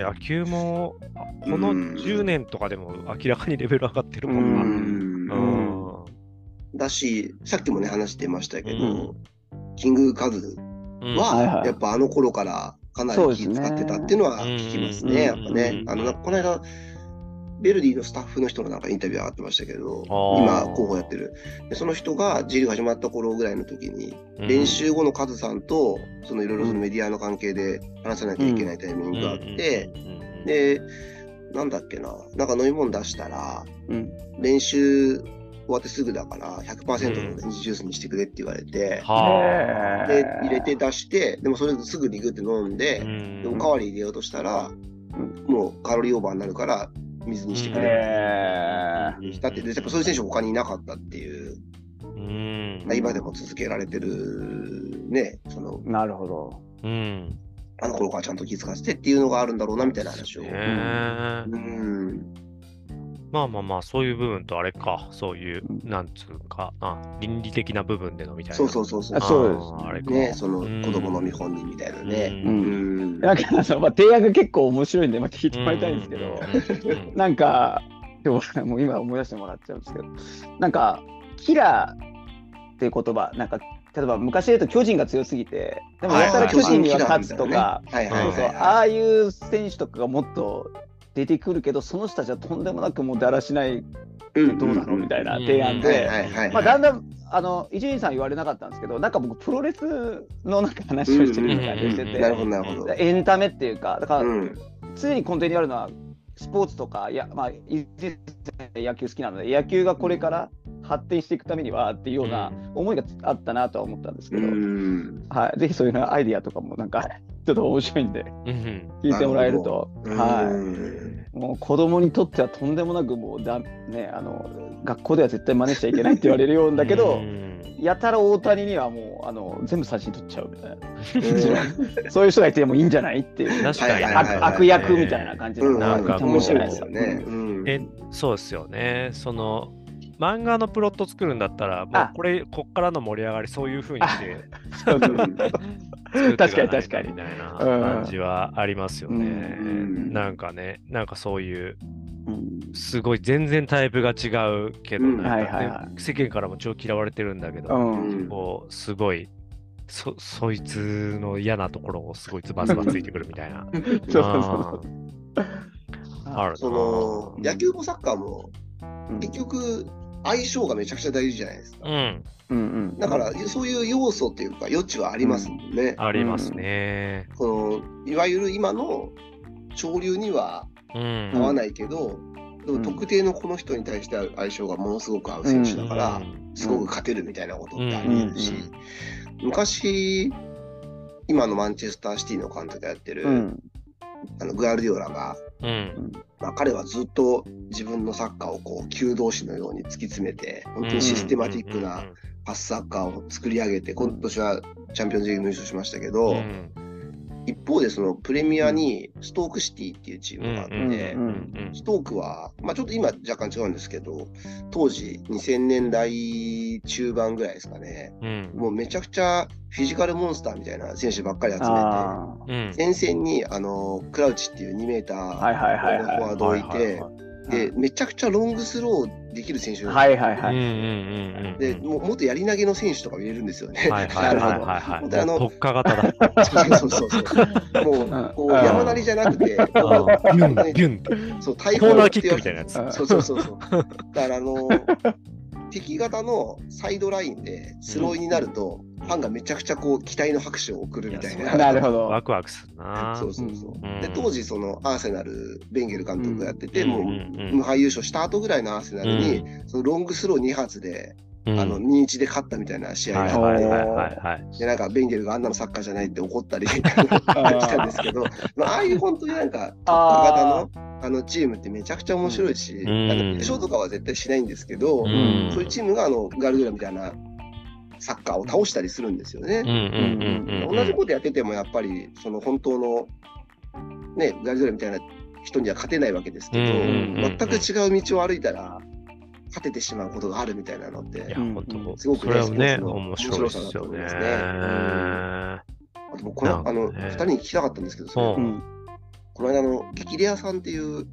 Speaker 3: 野球もあこの
Speaker 1: うん
Speaker 3: 10年とかでも明らかにレベル上がってるも
Speaker 1: うん
Speaker 3: な。
Speaker 1: ん
Speaker 3: うん
Speaker 1: だし、さっきもね、話してましたけど、
Speaker 3: う
Speaker 1: キングカズ
Speaker 3: うん
Speaker 2: はいは
Speaker 1: は、
Speaker 2: い
Speaker 1: やっぱあの頃からかな
Speaker 2: そう
Speaker 1: り
Speaker 2: で
Speaker 1: 気
Speaker 2: すね
Speaker 1: 使ってたっていうのは聞きますね、や
Speaker 3: う
Speaker 1: っ
Speaker 3: ん
Speaker 1: ぱね
Speaker 3: う。ん
Speaker 1: あのなんかこの間、ベルディのスタッフの人のなんかインタビュー上がってましたけど、
Speaker 3: あー
Speaker 1: 今、候補やってる。でその人が J リーグ始まった頃ぐらいの時に、練習後のカズさんと、そのいろいろそのメディアの関係で話さなきゃいけないタイミングがあって、、で、なんだっけな、なんか飲み物出したら、
Speaker 2: うん
Speaker 1: 練習終わってすぐだから100%のレンジジュースにしてくれって言われて、
Speaker 3: は
Speaker 1: で
Speaker 2: で
Speaker 1: 入れて出してでもそれすぐにグって飲ん
Speaker 3: あ。
Speaker 1: で、
Speaker 3: で
Speaker 1: でおかわり入れようとしたら、
Speaker 2: ん
Speaker 1: もうカロリーオーバーになるから水にしてくれる
Speaker 2: え
Speaker 1: ってしたってでやっぱそういう選手他にいなかったっていう、
Speaker 3: うん
Speaker 2: はい
Speaker 1: 今でも続けられてるねその
Speaker 2: ー、なるほど。
Speaker 3: うん。
Speaker 1: あの頃からちゃんと気づかせてっていうのがあるんだろうなみたいな話を。
Speaker 3: ねえ
Speaker 1: うん
Speaker 3: まあまあまあ、そういう部分とあれか、そういう
Speaker 2: う、ん
Speaker 3: なんつうかな、倫理的な部分でのみたいな。
Speaker 1: そうそうそうそう
Speaker 2: あそうです
Speaker 3: あーあれか。
Speaker 1: ねその
Speaker 3: うん
Speaker 1: 子供の見本人みたいなね。
Speaker 2: う
Speaker 1: うんん
Speaker 2: なんかそのまあ、提案が結構面白いんで、まあ、聞いてもらいたいんですけど、
Speaker 3: うんうんうん
Speaker 2: なんか、でももう今思い出してもらっちゃうんですけど、なんか、キラーっていう言葉、なんか、例えば昔で言うと巨人が強すぎて、でも
Speaker 1: はい
Speaker 2: やたら巨人には
Speaker 1: 巨
Speaker 2: 勝つとか、
Speaker 1: はいはい
Speaker 2: そう
Speaker 1: はい
Speaker 2: そう、
Speaker 1: はい
Speaker 2: ああいう選手とかがもっと出てくるけど、その人たちはとんでもなくもうだらしない、
Speaker 1: うん
Speaker 2: どうなのみたいな
Speaker 3: うん
Speaker 2: 提案で。
Speaker 1: はいはいはい
Speaker 2: まあ、だんだんあの伊集院さん言われなかったんですけどなんか僕プロレスのなんか話をしてるような感じがして
Speaker 3: うん
Speaker 2: て、
Speaker 3: うんうん
Speaker 1: なるほどなるほど。
Speaker 2: エンタメっていうかだから
Speaker 1: うん
Speaker 2: 常に根底にあるのはスポーツとかいや、まあ、伊集院さん野球好きなので野球がこれから発展していくためにはっていうような思いがあったなとは思ったんですけ
Speaker 1: う
Speaker 2: ど、
Speaker 1: ん
Speaker 2: はい、ぜひそういうようなアイディアとかもなんかちょっと面白いんで
Speaker 3: うん
Speaker 2: 聞いてもらえると。はい
Speaker 1: い。
Speaker 2: もう子供にとってはとんでもなくもうだ、ね、あの学校では絶対真似しちゃいけないって言われるようだけど、
Speaker 3: うん
Speaker 2: やたら大谷にはもうあの全部三振取っちゃうみたいな
Speaker 1: う
Speaker 2: そういう人がいてもいいんじゃないっていう
Speaker 3: 確かに
Speaker 1: はいはいはい
Speaker 2: 悪悪役みたいな感じの
Speaker 1: ん
Speaker 3: な
Speaker 2: なんん
Speaker 3: か
Speaker 2: か
Speaker 3: こう
Speaker 2: もしれないですよ
Speaker 1: ね
Speaker 2: ね。。
Speaker 1: うんうん
Speaker 3: えそうですよね。その漫画のプロット作るんだったら、もう
Speaker 2: あ
Speaker 3: これ、こっからの盛り上がり、そういうふうにして
Speaker 1: うん
Speaker 3: 作っていかないと
Speaker 2: 確かに確かに
Speaker 3: みたいな
Speaker 2: うん
Speaker 3: 感じはありますよね。
Speaker 1: うん
Speaker 3: なんかね、なんかそういう、
Speaker 2: うん
Speaker 3: すごい全然タイプが違うけど、
Speaker 1: うん
Speaker 3: なんかね
Speaker 2: はいはいは
Speaker 3: 世間からも超嫌われてるんだけど、
Speaker 2: うん
Speaker 3: こうすごいそそいつの嫌なところをすごいズバズバついてくるみたいな。
Speaker 2: (laughs) そうそうそう
Speaker 3: あーあるな
Speaker 1: その野球もサッカーも
Speaker 2: うん
Speaker 1: 結局相性がめちゃくちゃ大事じゃないですか。
Speaker 3: うん、
Speaker 2: うんうん
Speaker 1: だからそういう要素っていうか余地はありますもんね。
Speaker 3: ありますね。
Speaker 1: このいわゆる今の潮流には
Speaker 3: うん。
Speaker 1: 合わないけど、でも特定のこの人に対しては相性がものすごく合う選手だから、
Speaker 3: うん
Speaker 1: すごく勝てるみたいなことってありえるし、昔今のマンチェスターシティの監督がやってる、
Speaker 2: うん
Speaker 1: あのグアルディオラが、
Speaker 3: うん。
Speaker 1: まあ、彼はずっと自分のサッカーをこう球同士のように突き詰めて本当にシステマティックなパスサッカーを作り上げて今年はチャンピオンズリーグ優勝しましたけ
Speaker 3: うん
Speaker 1: ど、
Speaker 3: うんうん
Speaker 1: 一方でそのプレミアにストークシティっていうチームがあって。
Speaker 3: う
Speaker 2: うん
Speaker 3: んうん
Speaker 1: ストークは、まあ、ちょっと今若干違うんですけど、当時2000年代中盤ぐらいですかね、
Speaker 3: うん
Speaker 1: もうめちゃくちゃフィジカルモンスターみたいな選手ばっかり集めて、
Speaker 2: あ
Speaker 3: うん
Speaker 1: 前線にあのクラウチっていう2メータ
Speaker 2: あはい
Speaker 1: ー
Speaker 2: はいはい
Speaker 1: のフォ
Speaker 2: はい
Speaker 1: ワードを置いて、で、めちゃくちゃロングスローできる選手、
Speaker 2: はいはいは
Speaker 3: うん
Speaker 2: い
Speaker 3: うんうんうん
Speaker 1: でもうもっとやり投げの選手とかも入れるんですよね。
Speaker 3: はいはいはいは
Speaker 1: な
Speaker 3: い
Speaker 1: るほ
Speaker 3: は
Speaker 1: ど
Speaker 3: い。もう特化型
Speaker 1: (laughs)
Speaker 3: だ。
Speaker 1: そうそうそうそう。もうこう山なりじゃ (laughs) なくて、
Speaker 3: あービュ
Speaker 1: 本
Speaker 3: ン
Speaker 1: 当に
Speaker 3: ビュンって。
Speaker 1: そう、大
Speaker 3: コーナーキックみたいなやつ。
Speaker 2: うん
Speaker 1: そうそうそうそう。だからあの (laughs) 敵型のサイドラインでスローインになると、
Speaker 3: ん
Speaker 1: ファンがめちゃくちゃこう期待の拍手を送るみたい
Speaker 3: いや
Speaker 1: な。
Speaker 3: そう
Speaker 2: なるほど
Speaker 3: ワクワクするな。
Speaker 1: そうそうそう。
Speaker 3: うん
Speaker 1: で当時そのアーセナルベンゲル監督がやってて、
Speaker 3: うん
Speaker 1: もう。無
Speaker 3: ん
Speaker 1: 敗優勝した後ぐらいのアーセナルに、そのロングスロー2発で、
Speaker 3: うん
Speaker 1: あの2 1で勝ったみたいな試合
Speaker 3: はい
Speaker 1: があ
Speaker 3: は
Speaker 1: っ
Speaker 3: い
Speaker 1: て、
Speaker 3: はいはいはい。
Speaker 1: でなんかベンゲルがあんなのサッカーじゃないって怒
Speaker 3: (laughs)
Speaker 1: ったり (laughs) したんですけど、まあ、ああいう本当になんか
Speaker 2: あ
Speaker 1: 型のあのチームってめちゃくちゃ面白いし、
Speaker 3: ん
Speaker 1: なんか優勝とかは絶対しないんですけど、
Speaker 3: うん
Speaker 1: そういうチームがあのガルドゥラみたいなサッカーを倒したりするんですよね。同じことやっててもやっぱりその本当の、ね、ガルドゥラみたいな人には勝てないわけですけど、
Speaker 3: うん
Speaker 2: うんうん
Speaker 1: 全く違う道を歩いたら勝ててしまうことがあるみたいなのって。
Speaker 3: いや、
Speaker 2: うん
Speaker 3: 本当、
Speaker 1: すごく
Speaker 3: それはね、
Speaker 1: スポーツの
Speaker 3: 面白いですよね
Speaker 1: 面白さだ。あと僕この、
Speaker 3: な
Speaker 1: あ
Speaker 3: んかね
Speaker 1: の2人に聞きたかったんですけど、それ
Speaker 3: うん
Speaker 1: この間の「激レアさん」っていう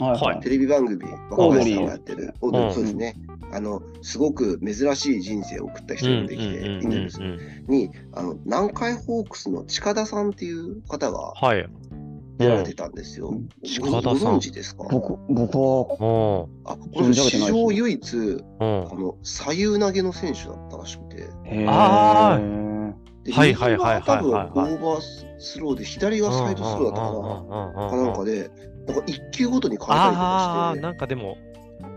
Speaker 2: はい
Speaker 1: テレビ番組、
Speaker 2: オ
Speaker 1: 若
Speaker 2: ード
Speaker 1: 林
Speaker 2: リー
Speaker 1: さんがやってる、オードリ
Speaker 3: うん
Speaker 1: ー、そうですね、あの、すごく珍しい人生を送った人ができて、インタビューするに、あの、南海ホークスの近田さんっていう方が
Speaker 3: はい。
Speaker 1: 出られてたんですよ。
Speaker 2: う
Speaker 1: ご
Speaker 2: ん
Speaker 3: 近田さん
Speaker 1: ご存知ですか
Speaker 2: 僕僕は
Speaker 3: も
Speaker 1: あ、この人
Speaker 2: 存
Speaker 1: 史
Speaker 2: じ上げてないです
Speaker 1: 上唯一、
Speaker 3: う、うん
Speaker 1: あ。の、左右投げの選手だったらしくて、
Speaker 3: あ
Speaker 1: で
Speaker 3: はいはいはいはい
Speaker 1: 右が多分オ
Speaker 3: はいはい
Speaker 1: ーバースローで、左がサイドスローだったか
Speaker 3: た
Speaker 1: な、かなんかで、なんか一球ごとに変えたりと
Speaker 3: あ
Speaker 1: か
Speaker 3: あ、
Speaker 1: して、
Speaker 3: なんかでも、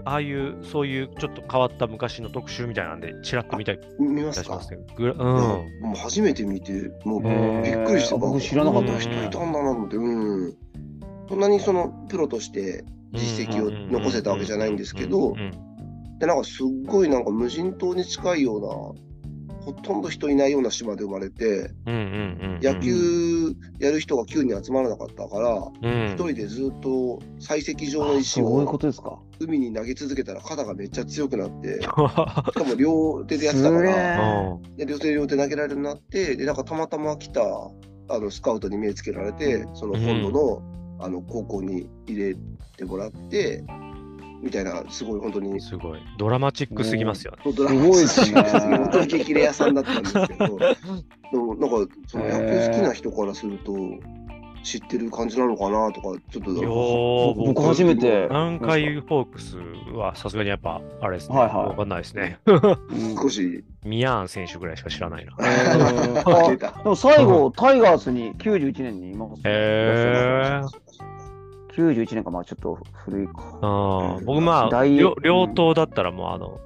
Speaker 3: ああいう、そういうちょっと変わった昔の特集みたいなんで、ちらっと見たり
Speaker 1: 見ま
Speaker 3: 出
Speaker 1: す
Speaker 3: し
Speaker 1: か
Speaker 3: ますけど、ぐらう
Speaker 1: も
Speaker 3: ん。
Speaker 1: う初めて見て、もうび
Speaker 3: へー
Speaker 1: っくりして、
Speaker 2: 僕知らなかった
Speaker 1: こん人いたんだなと思って、うん。そんなにそのプロとして、実績を残せたわけじゃないんですけどでなんかすっごいなんか無人島に近いような、ほとんど人いないような島で生まれて、野球やる人が急に集まらなかったから、一 (laughs)
Speaker 3: 一
Speaker 1: 人でずっと採石場の
Speaker 2: あ
Speaker 1: 石
Speaker 2: そういうこ
Speaker 1: を
Speaker 2: とですか
Speaker 1: 海に投げ続けたら肩がめっちゃ強くなって、し
Speaker 3: 人
Speaker 1: かも両手でやってたか
Speaker 2: すげ
Speaker 1: ら
Speaker 2: え。
Speaker 1: で両手で両手投げられるようになってでなんかたまたま来たあのスカウトに目つけられてその本土の,、あの高校に入れてもらってみたいなすごい本当に
Speaker 3: すごい。ドラマチックすぎますよね。
Speaker 1: ドラ
Speaker 2: すごいっすね
Speaker 1: 本当に激レアさんだったんですけ
Speaker 3: (laughs)
Speaker 1: どでもなんかその野球好きな人からすると知ってる感じなのかなとかちょっと
Speaker 3: いやー
Speaker 1: 僕
Speaker 2: 僕初めて
Speaker 3: 南海ホークスはさすがにやっぱ、あれですね。
Speaker 2: はいはい
Speaker 3: わかんないですね。
Speaker 2: うん
Speaker 1: 少し
Speaker 3: ミヤーン選手ぐらいしか知らないな。
Speaker 2: えーあ
Speaker 1: 出
Speaker 2: で
Speaker 1: た
Speaker 2: も最後、タイガースに91年にいます、
Speaker 3: へー
Speaker 2: 91年か、まあちょっと古いか。
Speaker 3: あー僕まあ、
Speaker 2: 大
Speaker 3: 両
Speaker 2: うん
Speaker 3: 両党だったらもうあの、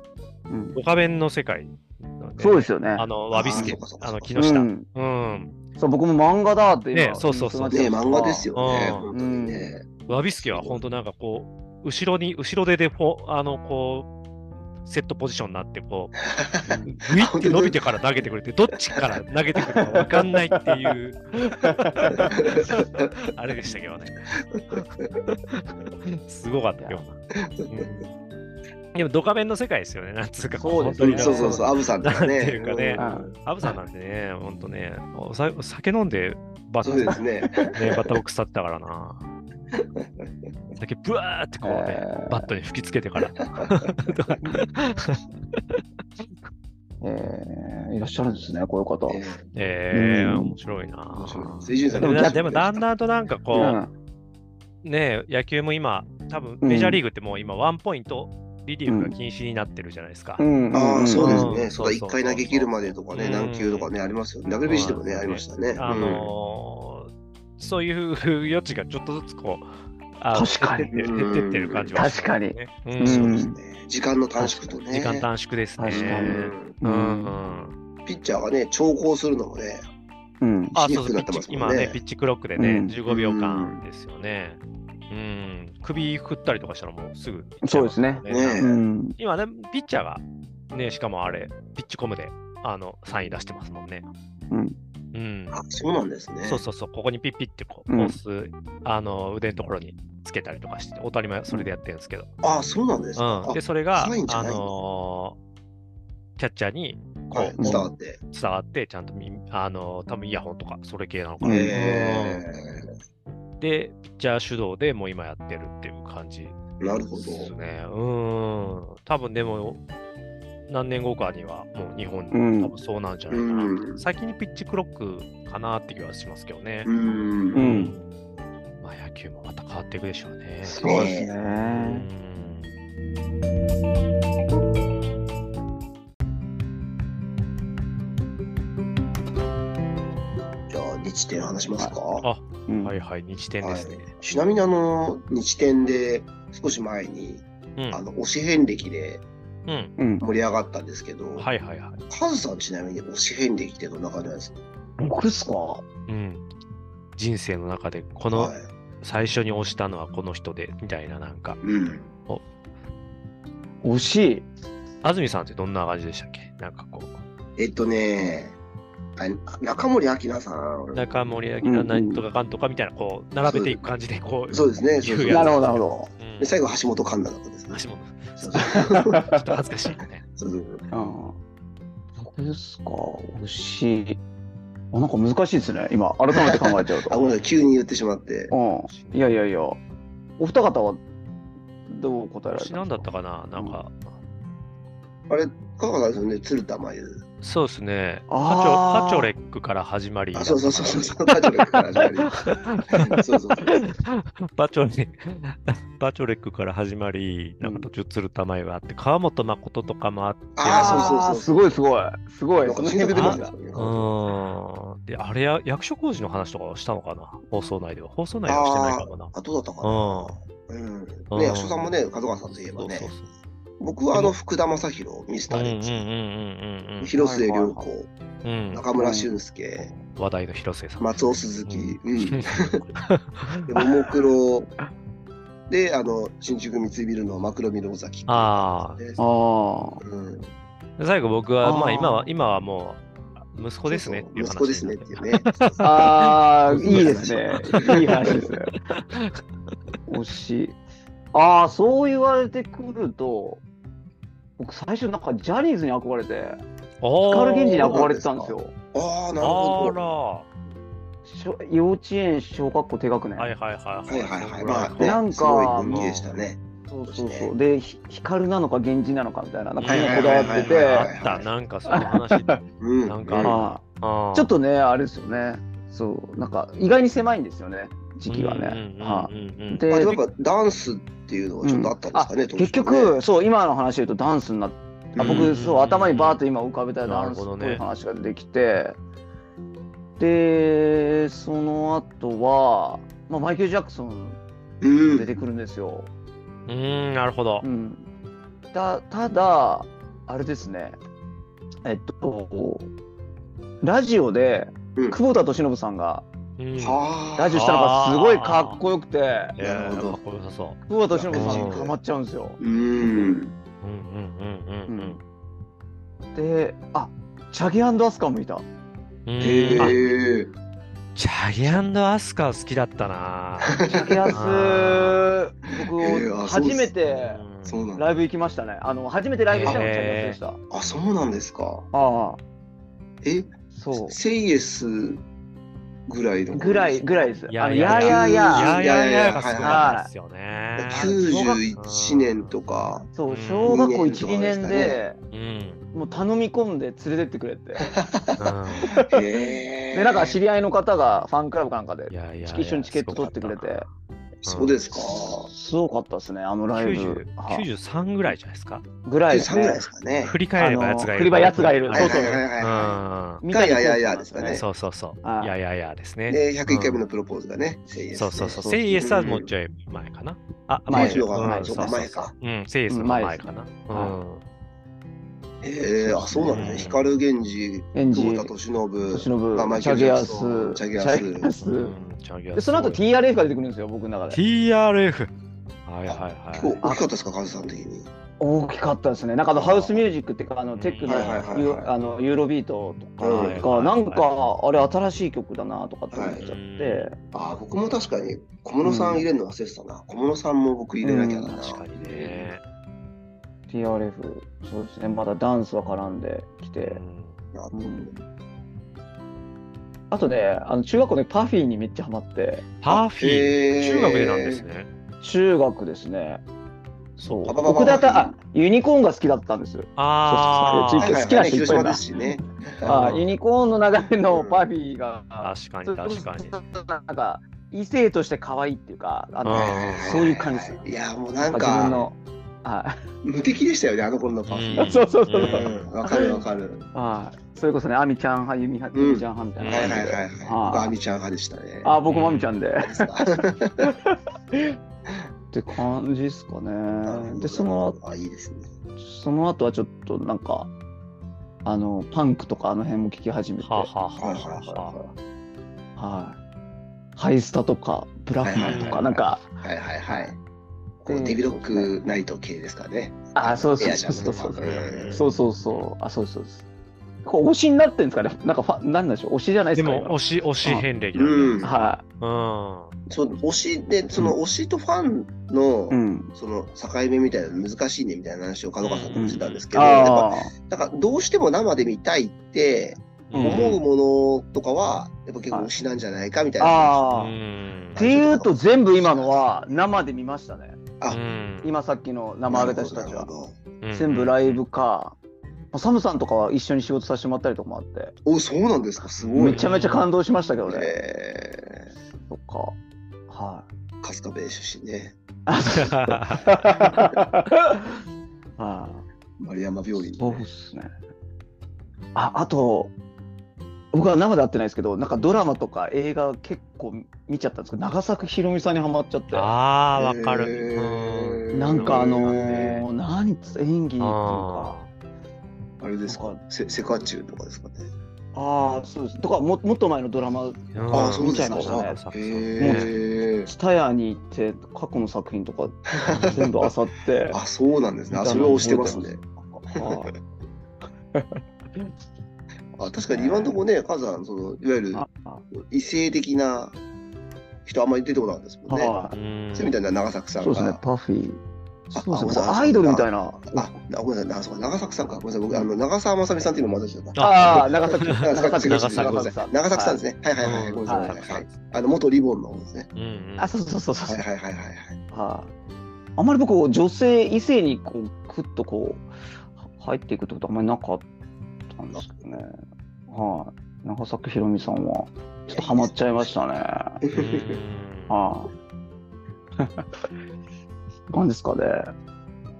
Speaker 2: うん
Speaker 3: 岡弁の世界なん
Speaker 2: そうですよね。
Speaker 3: あの、わびすけ
Speaker 1: あーそうかそう、か
Speaker 3: あの、木
Speaker 2: う
Speaker 3: 下。うん。
Speaker 2: ん、そう僕も漫画だって今
Speaker 3: ねそうそうそう
Speaker 1: ね漫画です。よね
Speaker 3: うん
Speaker 1: 本当にね
Speaker 3: わびすけは本当なんかこう、後ろに、後ろ手でフォ、あの、こう、セットポジションになって、こう、グイって伸びてから投げてくれて、どっちから投げてくるか分かんないって
Speaker 1: (laughs)
Speaker 3: いう、あれでしたけどね。すごかったよ。うんでも、ドカベンの世界ですよね、なんつうか、
Speaker 2: そうです
Speaker 3: 本当に
Speaker 2: ね
Speaker 3: なん
Speaker 1: そ
Speaker 3: か
Speaker 1: うそうそう、アブさんとか
Speaker 3: (laughs) なんて
Speaker 1: ね
Speaker 3: いうかね。
Speaker 1: うん
Speaker 3: アブさんなんてね、ほんとね、おさ酒飲んでバ
Speaker 1: そ
Speaker 3: タ,、
Speaker 1: う
Speaker 3: ね
Speaker 1: で、すね。
Speaker 3: バタボックス立ってたからな。酒ブワーってこうね、
Speaker 2: えー
Speaker 3: バットに吹きつけてから。
Speaker 2: えーいらっしゃるんですね、こういう方。
Speaker 1: え
Speaker 3: えー、
Speaker 2: うん
Speaker 3: 面白いな
Speaker 1: ー面白いです。
Speaker 3: ぁ。
Speaker 1: 伊集院さん
Speaker 3: でも
Speaker 1: キャ
Speaker 3: な
Speaker 1: プテン
Speaker 3: でもだんだんとなんかこう、
Speaker 2: うん
Speaker 3: ね野球も今、多分
Speaker 2: うん
Speaker 3: メジャーリーグってもう今、ワンポイントリリーフが禁止になってるじゃないですか。
Speaker 2: うん
Speaker 1: ああ、そうです
Speaker 3: う
Speaker 1: ね。
Speaker 3: ん
Speaker 1: そうだ、
Speaker 3: そ
Speaker 1: 一
Speaker 3: うそうそう
Speaker 1: 回投げ切るまでとか
Speaker 3: う
Speaker 1: ね、
Speaker 3: ん
Speaker 1: 何球とかね、ありますよね。WBC でもね、ありましたね。
Speaker 3: あのーそういう余地がちょっとずつこう、あ
Speaker 2: 確かに
Speaker 3: 減ってってる減ってってる感じはしますね、
Speaker 1: うん
Speaker 2: 確
Speaker 1: そ
Speaker 2: か
Speaker 1: う
Speaker 2: に
Speaker 1: ですね。時間の短縮とね。
Speaker 3: 時間短縮ですね。
Speaker 2: 確か
Speaker 1: う
Speaker 2: に
Speaker 1: ん
Speaker 3: う
Speaker 2: うん
Speaker 3: うんん、
Speaker 1: ピッチャーがね、調校するのもね、
Speaker 2: うん
Speaker 3: あ
Speaker 1: しに
Speaker 3: そ
Speaker 1: くく
Speaker 3: うそう
Speaker 1: な
Speaker 3: ピ
Speaker 1: って
Speaker 3: ッ
Speaker 1: ますも
Speaker 3: チ今
Speaker 1: ん
Speaker 3: ね、
Speaker 1: ね
Speaker 3: ピ。ッチクロックでね、
Speaker 2: うん
Speaker 3: 15秒間ですよね。うん、首振ったりとかしたらもうすぐ、
Speaker 2: そうですね。
Speaker 1: ね
Speaker 2: うん
Speaker 3: 今ね、ピッチャーが、ね、しかもあれ、ピッチコムで、あの、サイン出してますもんね。
Speaker 2: うん。
Speaker 3: うん。
Speaker 1: あ、そうなんですね。
Speaker 3: そうそうそう、ここにピッピッってこう、
Speaker 2: うん
Speaker 3: 押す、あの、腕のところにつけたりとかして、おたり前それでやってるんですけど。
Speaker 1: あ、そうなんですか。
Speaker 3: うん。
Speaker 1: あ
Speaker 3: で、それが、あ
Speaker 1: サインじゃないんだ
Speaker 3: のーキャッチャーに、
Speaker 1: は
Speaker 3: こ
Speaker 1: い、
Speaker 3: う、
Speaker 1: 伝わって。
Speaker 3: 伝わって、ちゃんとみ、あのー多分イヤホンとか、それ系なのかな。
Speaker 1: え
Speaker 3: で、ピッチャー主導でもう今やってるっていう感じ
Speaker 1: ー、なるほ
Speaker 3: で
Speaker 1: ど。
Speaker 3: すね。うーん。多分でも、何年後かにはもう日本
Speaker 2: うん
Speaker 3: 多分そうなんじゃな
Speaker 1: う
Speaker 3: いかな。
Speaker 1: ん。
Speaker 3: 先にピッチクロックかなって気はしますけどね
Speaker 1: う。ん。
Speaker 2: うん
Speaker 3: まあ野球もまた変わっていくでしょうね。
Speaker 2: そうですね。
Speaker 3: うん
Speaker 1: じゃあ、日展話しますか。
Speaker 3: あ、
Speaker 2: うん
Speaker 3: はいはい、日点ですね。
Speaker 1: ちなみに、あの、日展で、少し前に、
Speaker 3: うん
Speaker 1: あの、推し遍歴で
Speaker 3: うん。
Speaker 2: うん
Speaker 1: 盛り上がったんですけど、
Speaker 3: はいはいはい。
Speaker 1: カズさんちなみに推し遍歴ってどんな感じなんですか
Speaker 2: 僕ですか
Speaker 3: うん。人生の中で、この
Speaker 1: はい。
Speaker 3: 最初に押したのはこの人で、みたいななんか。
Speaker 1: うん。
Speaker 2: 惜しい。
Speaker 3: 安住さんってどんな感じでしたっけなんかこう、
Speaker 1: えっとね、あ中森明菜さん。
Speaker 3: 中森明菜
Speaker 2: うん
Speaker 3: なんとかかんとかみたいな、こう、並べていく感じで、こう、
Speaker 1: そうですね。そう
Speaker 3: 言う
Speaker 1: そう
Speaker 3: や
Speaker 2: な
Speaker 3: つ
Speaker 2: るほど、なるほ
Speaker 3: うん
Speaker 1: で最後、橋本環奈だったですね。
Speaker 3: 足も、
Speaker 1: そうそう
Speaker 2: ど。
Speaker 3: ちょっと恥ずかしいね。
Speaker 1: そうそう
Speaker 2: うん僕ですか惜しい。あなんか難しいですね、今、改めて考えちゃう
Speaker 1: (laughs) あ、ごめんなさい、急に言ってしまって。
Speaker 2: と。うん、いやいやいや、お二方はどう答えられ
Speaker 3: 私
Speaker 2: た
Speaker 3: なんん
Speaker 2: で
Speaker 3: だ
Speaker 2: すか
Speaker 3: ったかななんか、
Speaker 1: あれ、香川さんですよね、鶴田真由。
Speaker 3: そうですね。ハチョ
Speaker 2: あー
Speaker 3: ハチョレックから始まり。 (laughs)
Speaker 1: あ、そうそうそうそうそう、タイトルから始まり。そうそうそう。
Speaker 3: バチョレ、バチョレックから始まり、なんか途中鶴田舞があって、川本誠とかもあって、
Speaker 1: あーそうそうそう
Speaker 2: すごいすごい。すごい。
Speaker 1: なんか新
Speaker 2: 辺
Speaker 1: 作出ま
Speaker 2: な
Speaker 1: し
Speaker 2: ん
Speaker 1: た
Speaker 2: だ
Speaker 1: よね。
Speaker 3: うーん。で、あれや、役所工事の話とかはしたのかな放送内では。放送内ではしてないかもな。
Speaker 1: あ、どうだったか
Speaker 3: う
Speaker 1: な。うん。
Speaker 3: うん
Speaker 1: ね、役所さんもね、香川さんといえばね
Speaker 3: そう、そうそう
Speaker 1: 僕はあの、福田正宏、ミスタ
Speaker 3: うん
Speaker 1: ー
Speaker 3: うん
Speaker 1: レッ
Speaker 3: う
Speaker 1: ツ、
Speaker 3: ん
Speaker 1: 広末涼子、
Speaker 3: うんうんうん。うん
Speaker 1: 中村俊介、
Speaker 3: 話題の広末さん。
Speaker 1: 松尾鈴木、う
Speaker 3: うん
Speaker 1: ん。で、ももクロで、あの、新宿三井ビルのマクロミロザキ。
Speaker 3: あ
Speaker 1: ね
Speaker 2: ああ。
Speaker 1: うん。
Speaker 3: で (laughs) 最後僕は、
Speaker 2: あー
Speaker 3: まあ今は、今はもう、息子ですねっていう話
Speaker 1: そうそう息子ですねっていうね。そうそう
Speaker 2: あー、 (laughs) いいですね。いい話ですね。惜しい。ああ、そう言われてくると、僕、最初、なんかジャニーズに憧れて、
Speaker 3: おー
Speaker 2: 光源氏に憧れてたんですよ。
Speaker 1: ああ、なる
Speaker 3: あ
Speaker 1: ほ
Speaker 3: ら。
Speaker 1: ど。
Speaker 3: は
Speaker 2: 小幼稚園、小学校低学
Speaker 3: い
Speaker 2: 年。
Speaker 3: はいはい
Speaker 1: はいはいはい。まあ、
Speaker 2: ねなん
Speaker 1: ね、
Speaker 2: か
Speaker 1: すごい人気でしたね。
Speaker 2: そうそうそう。で、ひ光なのか源氏なのかみたいな、なんか
Speaker 3: はい
Speaker 2: ね
Speaker 3: はい
Speaker 2: こだ
Speaker 3: はい
Speaker 2: わ
Speaker 3: はい
Speaker 2: って
Speaker 3: あ
Speaker 2: て、
Speaker 3: った、なんかその話。
Speaker 1: うん。
Speaker 3: なんかある
Speaker 1: う
Speaker 2: あ
Speaker 3: あ
Speaker 2: ー (laughs)
Speaker 3: ー
Speaker 2: ちょっとね、あれですよね。そう、なんか意外に狭いんですよね、時期が
Speaker 3: うん
Speaker 2: ね。
Speaker 3: うん
Speaker 2: は
Speaker 3: うんうん
Speaker 2: い。
Speaker 1: まあ、
Speaker 2: で
Speaker 1: でもやっぱダンスっていうのがちょっとあったんですかね、当時
Speaker 2: 結局、そう、今の話で言うとダンスになって、あ
Speaker 3: うんうんう
Speaker 2: 僕
Speaker 3: ん
Speaker 2: そう頭にバーッと今浮かべた
Speaker 3: な
Speaker 2: ダ
Speaker 3: る
Speaker 2: ンス
Speaker 3: ほ
Speaker 2: っぽ
Speaker 3: どね
Speaker 2: い話ができて、でその後はまあマイケル・ジャクソン
Speaker 1: うん。
Speaker 2: 出てくるんですよ、
Speaker 3: うーん、なるほど
Speaker 2: う。ん、だただあれですねえっとラジオで
Speaker 1: うん
Speaker 2: 久保田利伸さんが
Speaker 3: うん
Speaker 1: はあ。
Speaker 2: ラジオしたのがすごいかっこよくて
Speaker 3: いや
Speaker 1: なるほど
Speaker 3: かっこよさそ
Speaker 2: 久保田利伸さんにハマっちゃうんですよ。
Speaker 1: うん。
Speaker 3: うんうんうんうん
Speaker 2: であチャゲアスカもいた
Speaker 3: うん。
Speaker 1: へ
Speaker 3: あ
Speaker 1: え。
Speaker 3: ジャギアンドアスカ好きだったな。
Speaker 4: チャゲアス、
Speaker 1: えー
Speaker 4: 僕、
Speaker 1: あそう
Speaker 4: 初
Speaker 1: です
Speaker 4: めて
Speaker 3: うん
Speaker 1: そうなんだ。
Speaker 2: ライブ行きましたねあの初めてライブしたのがチャゲアスでした、
Speaker 1: あ、そうなんですか。
Speaker 2: ああ
Speaker 1: え、
Speaker 2: そう
Speaker 1: セイエスぐらいの。
Speaker 4: ぐらい、。ぐらいです。
Speaker 3: いや
Speaker 4: あの
Speaker 3: いや
Speaker 4: や
Speaker 3: い
Speaker 4: いや
Speaker 3: や
Speaker 4: いや、
Speaker 3: やいやいやがすごかったですよね。
Speaker 1: 91年とか。
Speaker 2: そううん小学校
Speaker 1: 二年
Speaker 2: 1
Speaker 1: とか
Speaker 2: 2年で
Speaker 3: う
Speaker 2: (laughs)
Speaker 3: ん。うん
Speaker 2: もう頼み込んで連れてってくれて
Speaker 1: へえ。
Speaker 2: (laughs) でなんか知り合いの方がファンクラブかなんかで
Speaker 3: いやいやいや
Speaker 2: 一緒にチケット取ってくれて
Speaker 1: そうですか。
Speaker 2: すごかったですねあのライブ
Speaker 3: 90
Speaker 2: はい
Speaker 3: 93ぐらいじゃないですか。
Speaker 2: ぐらいです
Speaker 1: 3ぐらい
Speaker 2: ね
Speaker 1: ですかね。
Speaker 3: 振り返ればやつが
Speaker 2: あの
Speaker 3: いる。
Speaker 2: 振りばやつがいる
Speaker 1: はい
Speaker 2: そう
Speaker 1: は
Speaker 2: そ
Speaker 1: いうはいはいは
Speaker 3: う
Speaker 2: 三谷幸
Speaker 1: いや
Speaker 2: 喜
Speaker 1: いやいやですか
Speaker 2: さん
Speaker 1: ね
Speaker 3: ん。そうそうそう。
Speaker 2: はい
Speaker 3: いやいやいやです
Speaker 1: い。
Speaker 3: ね。
Speaker 1: で、101回目のプロポーズがね、セイエス。
Speaker 3: そうそうそう。
Speaker 2: そう
Speaker 3: セイエスはもうちょい前かな。あ、
Speaker 2: 前
Speaker 1: 前が前
Speaker 3: うん
Speaker 1: そうか
Speaker 3: そうそう
Speaker 1: 前か。
Speaker 3: うん、セイエスの前かな。う
Speaker 2: 前
Speaker 3: ん。
Speaker 1: ええ、あ、そうなんですね。光源氏、
Speaker 2: エンジ
Speaker 1: 久保田
Speaker 2: ト
Speaker 1: 敏
Speaker 2: シ
Speaker 1: 信、
Speaker 2: ノブ
Speaker 1: まあマイケ
Speaker 2: チ
Speaker 1: ル
Speaker 2: ャ
Speaker 1: ジ
Speaker 2: ゲ
Speaker 1: ャ
Speaker 2: ア
Speaker 1: ク
Speaker 2: ス
Speaker 1: ソンチャゲアス
Speaker 3: うんチャギアス
Speaker 2: でその後
Speaker 3: すごい
Speaker 2: TRF が出てくるんですよ僕の中で
Speaker 3: TRF。はいはいは
Speaker 1: 結構
Speaker 3: い。
Speaker 1: 大きかったですか、カズさん的に。
Speaker 2: 大きかったですねなんかあのハウスミュージックっていうかあのテックの
Speaker 1: はいはいはいはい
Speaker 2: ユーあのユーロビート
Speaker 1: はい
Speaker 2: とかなんかあれ新しい曲だなとかって思っちゃって
Speaker 1: あ、僕も確かに小室さん入れるの忘れてたな。小室さんも僕入れなきゃだな。
Speaker 3: 確かにね。
Speaker 2: TRF そうですねまだダンスは絡んできて
Speaker 1: な
Speaker 2: うんあとねあの中学校でパフィーにめっちゃハマって
Speaker 3: パーフィー、
Speaker 1: え
Speaker 3: 中学でなんですね。
Speaker 2: 中学ですねそう
Speaker 1: パパパパ
Speaker 2: 僕だったあユニコーンが好きだったんですよ
Speaker 3: あ
Speaker 2: そう
Speaker 1: は
Speaker 2: そ
Speaker 1: いうはいはい
Speaker 2: そう好きな人いっ
Speaker 1: 広
Speaker 2: ぱ
Speaker 1: 島
Speaker 2: いいる
Speaker 1: ですしね。
Speaker 2: あ
Speaker 1: (laughs)
Speaker 2: ーユニコーンの流れ
Speaker 1: う
Speaker 2: の
Speaker 1: ん
Speaker 2: パフィーが
Speaker 3: あ、確かに確かに。
Speaker 2: なんか異性として可愛いっていうかあの
Speaker 3: あー
Speaker 2: そういう感じです
Speaker 1: いや、もうなん
Speaker 2: 自分
Speaker 1: か、
Speaker 2: のあ
Speaker 1: 無敵でしたよね、あの頃のパフィ
Speaker 3: う
Speaker 1: ー
Speaker 3: ん。
Speaker 2: そうそうそう、
Speaker 3: うん
Speaker 1: うんわかるわかる。
Speaker 2: あそれこそねアミちゃん派ユミ派
Speaker 1: うん
Speaker 2: ユミちゃん派み
Speaker 1: はい
Speaker 2: た
Speaker 1: はいい
Speaker 2: な
Speaker 1: は
Speaker 2: 感
Speaker 1: い
Speaker 2: じで、
Speaker 1: はい。僕、アミちゃん
Speaker 2: あ
Speaker 1: 派でしたね。
Speaker 2: あ僕もアミちゃんで、
Speaker 1: ですか
Speaker 2: って感じですかねでその
Speaker 1: あ、いいですね。
Speaker 2: その後はちょっとなんかあのパンクとかあの辺も聞き始めて、
Speaker 3: はは
Speaker 2: は、
Speaker 3: は
Speaker 1: はいはい
Speaker 3: は。
Speaker 1: はい
Speaker 2: ハイスタとかブラフィー
Speaker 1: はいは
Speaker 2: と
Speaker 1: いは
Speaker 2: か
Speaker 1: い
Speaker 2: なんか、
Speaker 1: い。はいはいはい。こ
Speaker 2: う
Speaker 1: う、
Speaker 2: ん
Speaker 1: デビロックナイト系ですかね。
Speaker 2: あそう
Speaker 1: エ
Speaker 2: そう
Speaker 1: アジャズ
Speaker 2: そ
Speaker 1: と
Speaker 2: う
Speaker 1: か
Speaker 2: そうそう
Speaker 1: うん
Speaker 2: そうそうそうあそうそうですこれ推しになってんですかねなんかファなんなんでしょう推しじゃない
Speaker 3: い。
Speaker 2: で
Speaker 3: です
Speaker 2: か
Speaker 3: も、推し、推し遍歴だね。
Speaker 1: う
Speaker 3: うん
Speaker 2: 今。は
Speaker 1: そう、推しで、その推しとファンの
Speaker 2: い、う、ん
Speaker 1: その境目みたいなの難しいねみたいな話を角川さんともしてたんですけど、やっぱ
Speaker 2: あ
Speaker 1: なんかどうしても生で見たいって
Speaker 3: ん
Speaker 1: 思うものとかは、やっぱ結構推しなんじゃないかみた
Speaker 2: あ
Speaker 1: いな話。
Speaker 2: ああ
Speaker 3: うん
Speaker 2: っ。ていうと全部今のは生で見ましたね
Speaker 1: あ
Speaker 3: うん
Speaker 2: 今さっきの生上げた人たち
Speaker 1: なる
Speaker 2: は
Speaker 1: ほど
Speaker 2: 全部ライブかまあサムさんとかは一緒に仕事させてもらったりとかもあって
Speaker 1: お、そうなんですか、すごい。
Speaker 2: めちゃめちゃ感動しましたけどね
Speaker 1: え
Speaker 2: そっか
Speaker 1: (laughs)
Speaker 2: はい
Speaker 1: ー、カスカベ出身ね。
Speaker 2: あ
Speaker 1: 丸山病院、
Speaker 2: そうっすねああと僕は生で会ってないですけどなんかドラマとか映画結構見ちゃったんですけど長作ひろみさんにはまっちゃって
Speaker 3: ああ、わ
Speaker 1: わ
Speaker 3: かる。うん
Speaker 2: なんかあの
Speaker 3: ね
Speaker 2: ー、なんつ演技っていうか
Speaker 3: あ
Speaker 1: あれですか
Speaker 2: なん、
Speaker 1: せセカチュウとかですかね。
Speaker 2: ああそうですとかももっと前のドラマ
Speaker 3: ーうん
Speaker 1: ああ、そうですか。
Speaker 2: 見ちゃいま
Speaker 1: へ
Speaker 3: したね
Speaker 1: え。
Speaker 2: ツタヤに行って過去の作品とか全部漁って
Speaker 1: あ、そうなんですね。 (laughs) あ、それは推してますね。
Speaker 2: はい
Speaker 1: あ確かに今のところね、カズさん、そのいわゆる (laughs)
Speaker 2: ああ
Speaker 1: 異性的な人あんまり出てこないんですもんね。
Speaker 2: は
Speaker 3: う
Speaker 2: い
Speaker 3: ん
Speaker 1: そういう意味では長作さ
Speaker 2: そ
Speaker 1: ん
Speaker 2: うですね
Speaker 1: が。
Speaker 2: パフィー
Speaker 1: あ
Speaker 2: そうです
Speaker 1: あ
Speaker 2: ねアイドルみたいな
Speaker 1: あ、なごめんなさいな、そうか長作さんか。ごめんなさい、僕、あの長澤まさみさんっていうのも私だった。
Speaker 2: ああ長崎
Speaker 1: (laughs) 長作さん、
Speaker 3: 長
Speaker 1: 長
Speaker 3: 作
Speaker 1: 作さん長作さんですね。はいはいはい。ごめんなさい。はいはいあの元リボンの方ですね。
Speaker 3: うん
Speaker 2: あそうそうそうそう
Speaker 1: はいはいはいはいはい。
Speaker 2: はい、あんまり僕女性異性にこうクッとこう入っていくってことはあんまりなかったんですけどねはい、長作ひろみさんはちょっとハマっちゃいましたねはい、
Speaker 3: うん
Speaker 2: なんですかね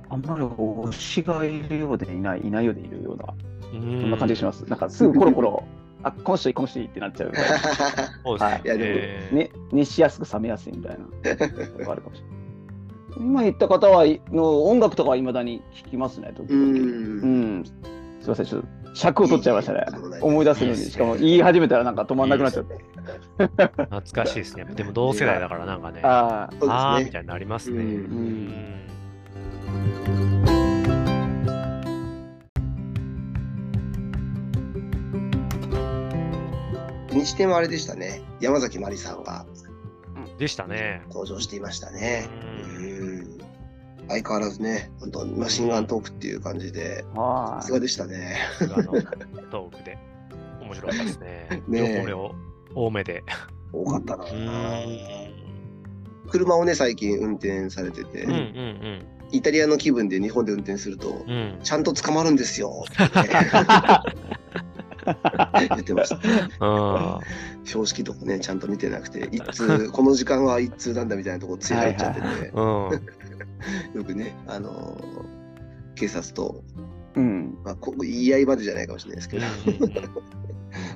Speaker 2: あんまり推しがいるようでいないいないようでいるようなそんな感じがしますなんかすぐコロコロあこの人いいこの人いいってなっちゃうみたいな
Speaker 3: そうですね
Speaker 1: いやでも
Speaker 3: えー
Speaker 2: ね、熱しやすく冷めやすいみたいな (laughs) あるかもしれない今言った方はの音楽とかはいまだに聞きますね
Speaker 1: (laughs)
Speaker 2: 時
Speaker 1: う。
Speaker 2: 々うんんすいませんちょっと尺を取っちゃいましたね
Speaker 1: いいいいとんでもないです
Speaker 2: 思い出すの
Speaker 3: いい
Speaker 2: に
Speaker 3: です
Speaker 2: しかも言い始めたらなんか止まんなくなっちゃって
Speaker 1: て。
Speaker 3: 懐かしいですね。でも同世代だからなんかね、あ
Speaker 2: ああ
Speaker 1: そう
Speaker 3: あー
Speaker 1: で
Speaker 3: み
Speaker 1: すね。
Speaker 3: たいになりますね。
Speaker 1: うん
Speaker 3: うん
Speaker 1: 日程もあれでしたね。山崎まりさんが
Speaker 3: でしたね。
Speaker 1: 登場していましたね。うん相変わらずね、本当マシンガントークっていう感じで、
Speaker 2: は
Speaker 1: さすがでしたね。
Speaker 3: あのトークで。面白かったですね。
Speaker 1: (laughs) ねえ
Speaker 3: 情報量多めで。
Speaker 1: 多かったな。
Speaker 3: うん
Speaker 1: 車をね、最近運転されてて、
Speaker 3: うんうん
Speaker 1: イタリアの気分で日本で運転すると、
Speaker 3: うん。うん
Speaker 1: ちゃんと捕まるんです
Speaker 3: (laughs)
Speaker 1: よってね、言ってました。
Speaker 3: あ
Speaker 1: 標識とかね、ちゃんと見てなく
Speaker 3: (laughs)
Speaker 1: て、一通、この時間は一通なんだみたいなとこ、つい入っちゃってて、
Speaker 3: ーうん。
Speaker 1: よくね、あのー警察と、
Speaker 2: うん。
Speaker 1: まあ、こ言い合いまでじゃないかもしれないですけど、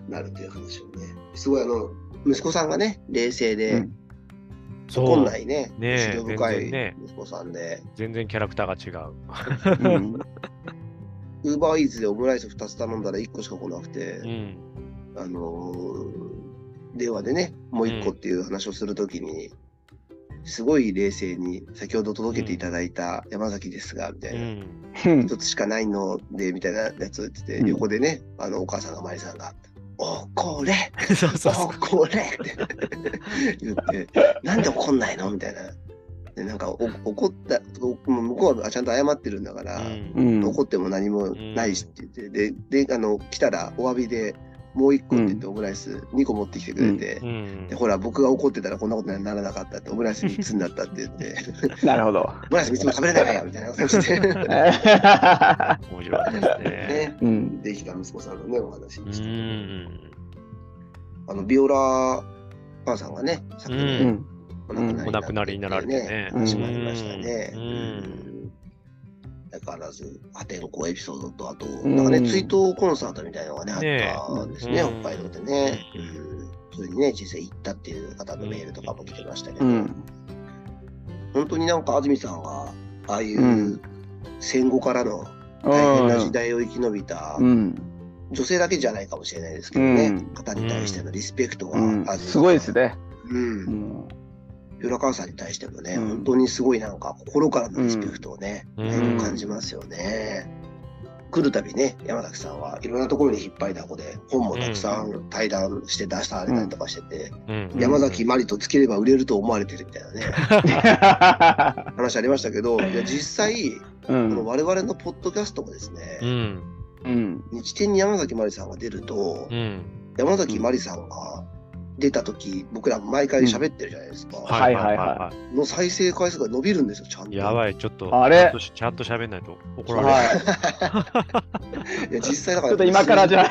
Speaker 1: なるっていう話をね、すごいあの、息子さんがね、冷静
Speaker 2: う
Speaker 1: で、
Speaker 2: ん
Speaker 1: 怒
Speaker 3: そ
Speaker 1: ん
Speaker 3: う
Speaker 1: な。いね、
Speaker 3: ねえ
Speaker 1: 思慮深
Speaker 3: 全然
Speaker 1: い
Speaker 3: ね
Speaker 1: 息子さんで、
Speaker 3: 全然キャラクターが違う。
Speaker 2: うん
Speaker 1: ウーバーイーツでオムライス2つ頼んだら1個しか来なくて、
Speaker 3: うん。
Speaker 1: あのー電話でね、もう1個っていう話をするときに、すごい冷静に、先ほど届けていただいた山崎ですが、みた
Speaker 3: う
Speaker 1: いな。
Speaker 3: ん。
Speaker 1: (laughs)
Speaker 2: うん
Speaker 1: 一つしかないので、みたいなやつって言って、
Speaker 2: うん
Speaker 1: 横でね、あの、お母さんが、まりさんが、おこれ
Speaker 3: そうそうそ
Speaker 1: お
Speaker 3: う。
Speaker 1: これって言って、なんで怒んないのみたいな。で、なんか、お怒った、おもう向こうはちゃんと謝ってるんだから、
Speaker 3: うん
Speaker 2: うん
Speaker 1: 怒っても何もないしって言って、で、で、あの、来たらお詫びで、もう一個って言って、オムライス2個持ってきてくれて、
Speaker 3: うん
Speaker 1: で、ほら、僕が怒ってたらこんなことにならなかったって、オムライス3つになったって言って、 (laughs)
Speaker 2: なるほど。
Speaker 1: オ
Speaker 2: (laughs)
Speaker 1: ムライス3つも食べれないわよみたいな感じで。
Speaker 3: 面白いですね。
Speaker 1: ね、
Speaker 2: うん。
Speaker 1: できた息子さんのね、お話
Speaker 3: う
Speaker 1: でした。
Speaker 3: ん。
Speaker 1: あの、ビオラファンさんがね、昨
Speaker 2: う
Speaker 1: 年
Speaker 2: ん。
Speaker 3: お亡くなりになられてね
Speaker 1: 始まりましたね。
Speaker 3: う
Speaker 1: う
Speaker 3: ん
Speaker 1: ん相変わらず破天荒エピソードと、あと、
Speaker 2: ん
Speaker 1: なんかね、追悼コンサートみたいなのがね
Speaker 3: ね、
Speaker 1: あったんですね、
Speaker 3: うん
Speaker 1: 北海道でね。
Speaker 3: う
Speaker 1: うんそれにね、人生行ったっていう方のメールとかも来てましたけど
Speaker 2: う、ん。
Speaker 1: 本当になんか安住さんが、ああいうう戦後からの大変な時
Speaker 2: う
Speaker 1: 代を生き延びた、
Speaker 2: ん。
Speaker 1: 女性だけじゃないかもしれないですけどね、
Speaker 2: うん
Speaker 1: 方に対してのリスペクトが、
Speaker 2: うん。すごいです
Speaker 1: ね。
Speaker 2: ね。
Speaker 1: うん (laughs)
Speaker 2: うん。
Speaker 1: 浦川さんに対してもね、
Speaker 2: うん
Speaker 1: 本当にすごいなんか心からのリスペクトをね、
Speaker 3: うん
Speaker 1: ね感じますよね。来るたびね、山崎さんはいろんなところに引っ張りだこで、本もたくさん対談して出したりとかしてて、
Speaker 3: うん。
Speaker 1: 山崎まりとつければ売れると思われてるみたいな
Speaker 2: (laughs)
Speaker 1: ね、話ありましたけど、いや実際、
Speaker 2: う
Speaker 1: この
Speaker 2: ん。
Speaker 1: 我々のポッドキャストもですね、
Speaker 3: うん。
Speaker 2: うん。
Speaker 1: 日展に山崎まりさんが出ると、
Speaker 3: うん。
Speaker 1: 山崎まりさんが出た時、僕ら毎回喋ってるじゃないですか。
Speaker 2: はいはいは
Speaker 1: の再生回数が伸びるんですよ、ちゃんと。
Speaker 3: やばい、ちょっと、
Speaker 2: あれ
Speaker 3: ちゃんとしちゃんと喋んないと怒られる。
Speaker 2: はい。
Speaker 1: いや実際だから、
Speaker 2: ちょっと今からじゃ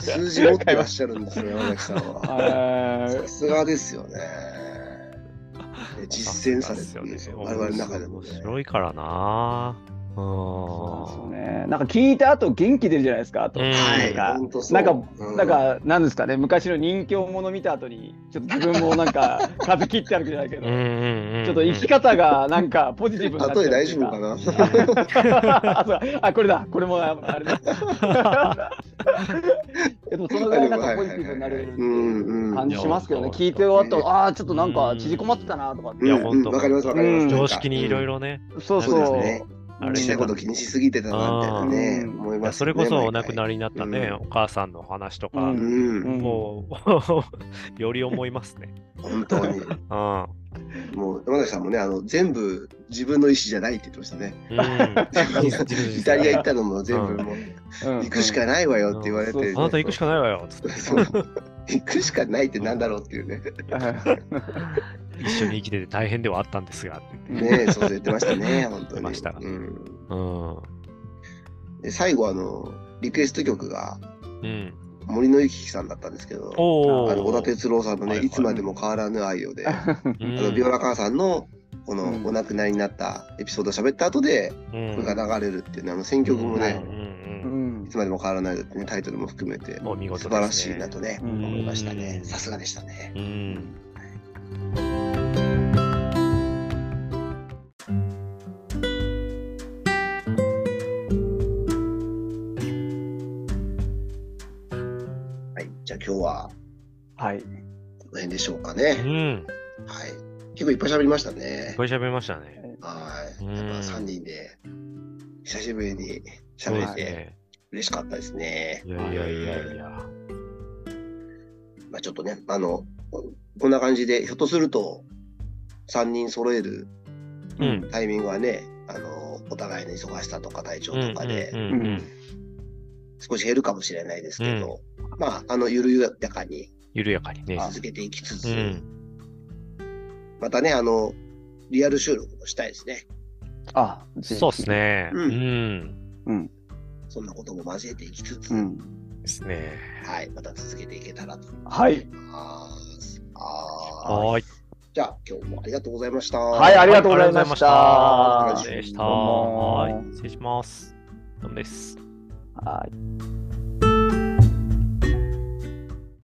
Speaker 1: 数字数字持ってらっしゃるんですよ、山崎さん
Speaker 2: あ。
Speaker 1: は。
Speaker 2: は
Speaker 1: さすがですよね。いや実践されてるんですよ、我々の中でも、
Speaker 3: 面
Speaker 1: ね。
Speaker 3: 白いからなぁ。
Speaker 2: そう
Speaker 3: う
Speaker 2: ね。なんか聞いた後元気出るじゃないですか。あと。
Speaker 3: うん
Speaker 1: はい、
Speaker 2: なんか
Speaker 1: 本当そう
Speaker 2: なんか、
Speaker 1: う
Speaker 2: なんか、なんですかね、昔の人気者見た後に、ちょっと自分もなんか、
Speaker 1: (laughs)
Speaker 2: 数切ってあるじゃないけど、
Speaker 3: んうんうんうん。
Speaker 2: ちょっと生き方がなんかポジティブになっち
Speaker 1: 例
Speaker 2: ゃう
Speaker 1: え
Speaker 2: って
Speaker 1: 大
Speaker 2: い
Speaker 1: 丈
Speaker 2: う
Speaker 1: 夫かな
Speaker 2: あ (laughs) そうあ、これだ、これもああれだ。でもそのぐらいなんかポジティブになれるって
Speaker 1: う
Speaker 2: いうん
Speaker 1: うん。
Speaker 2: 感じしますけどね、
Speaker 3: いや
Speaker 2: 聞いて終わったら、ああー、ちょっとなんか縮こまってたなとかって
Speaker 1: うん
Speaker 3: いや
Speaker 1: う
Speaker 3: 本
Speaker 1: ん、
Speaker 3: 当
Speaker 1: わかります、わかります。
Speaker 2: う
Speaker 1: な
Speaker 2: ん
Speaker 1: んか
Speaker 3: 常識にいろい。ろね、
Speaker 2: そう
Speaker 1: そう
Speaker 2: そう。
Speaker 1: ですね
Speaker 3: あれ
Speaker 1: 小さいこと気にしすぎてたな、みたいなね、
Speaker 2: うん
Speaker 1: 思い
Speaker 3: いや
Speaker 1: ます
Speaker 3: そ
Speaker 1: よね、
Speaker 3: れこそお
Speaker 1: 毎
Speaker 3: 亡
Speaker 1: 回
Speaker 3: くなりになったね、
Speaker 1: うん
Speaker 3: お母さんの話とか、
Speaker 2: う
Speaker 1: う
Speaker 2: ん
Speaker 1: ん、
Speaker 2: ん
Speaker 3: もう、 (laughs) より思いますね。
Speaker 1: 本当に。 (laughs)
Speaker 3: うん。
Speaker 1: もう、山崎さんもね、あの、全部自分の意思じゃないって言ってましたね。
Speaker 3: うん
Speaker 1: イタリア行ったのも全部
Speaker 3: うん
Speaker 1: もう
Speaker 2: うん
Speaker 1: 行くしかないわよって言われて、
Speaker 2: うん
Speaker 3: あなた行くしかないわよ、つって。
Speaker 1: そう行くしかないってなんだろうっていうね。
Speaker 3: 一緒に生きてて大変ではあったんですが、って言ってね
Speaker 1: ねえそう言ってましたね、本当に。
Speaker 3: 言ってました
Speaker 1: うん、
Speaker 3: うん。
Speaker 1: で最後、あの、リクエスト曲が
Speaker 3: うん。
Speaker 1: 森の幸さんだったんですけど、
Speaker 3: お
Speaker 1: あ
Speaker 3: ー
Speaker 1: の小田哲郎さんのね、
Speaker 3: はい
Speaker 1: い
Speaker 3: はい
Speaker 1: つまでも変わらぬ愛をで、あ
Speaker 3: う
Speaker 1: の、
Speaker 3: ん
Speaker 1: ビオラ母さんの、この
Speaker 2: うん
Speaker 1: お亡くなりになったエピソードを喋った後で、
Speaker 3: う
Speaker 1: こ
Speaker 3: ん
Speaker 1: れが流れるっていうね、あの、選曲もね
Speaker 3: う、
Speaker 2: うんん
Speaker 1: いつまでも変わらない愛ってね、タイトルも含めて
Speaker 3: うん、お見事
Speaker 1: 素
Speaker 3: で
Speaker 1: 晴ら
Speaker 3: す
Speaker 1: し
Speaker 3: ね
Speaker 1: いなとね、
Speaker 2: うん
Speaker 1: 思いましたね
Speaker 3: う。ん
Speaker 1: さすがでしたね。
Speaker 3: うん。
Speaker 1: はい、じゃあ今日は、
Speaker 2: はい。
Speaker 1: この辺でしょうかね。
Speaker 3: うん。
Speaker 1: はい。結構いっぱい喋りましたね
Speaker 3: こ。れ喋りましたね。
Speaker 1: はい。
Speaker 3: うん
Speaker 1: やっぱ3人で、久しぶりに
Speaker 3: そう
Speaker 1: 喋
Speaker 3: で
Speaker 1: れ
Speaker 3: す
Speaker 1: て、
Speaker 3: ね。
Speaker 1: 嬉しかったですね。
Speaker 3: いやいやいやいや。
Speaker 1: まあ、ちょっとね、あの、こんな感じで、ひょっとすると、3人揃える
Speaker 3: うん
Speaker 1: タイミングはね、あの、お互いの忙しさとか体調とかで、
Speaker 3: うんうんうんうん
Speaker 1: 少し減るかもしれないですけど、まあ、あの、緩やかに
Speaker 3: 緩やかにね。
Speaker 1: 続けていきつつ、
Speaker 3: うん、
Speaker 1: またね、あの、リアル収録もしたいですね。
Speaker 5: あ、ぜひ
Speaker 3: そうです。ね。う
Speaker 1: うん
Speaker 3: ん。
Speaker 1: そんなことも交えていきつつ、
Speaker 5: うん。
Speaker 3: ですね。
Speaker 1: はい、また続けていけたらと思い
Speaker 5: はい。
Speaker 1: ます。は
Speaker 3: はい。
Speaker 1: い。じゃあ、今日もありがとうございました。
Speaker 5: はい、ありがとうございました。
Speaker 3: ありがとうござい
Speaker 1: した
Speaker 3: ま失礼し
Speaker 5: ど
Speaker 3: た。
Speaker 5: うも
Speaker 3: はい。失礼します。どうもです。
Speaker 5: はい。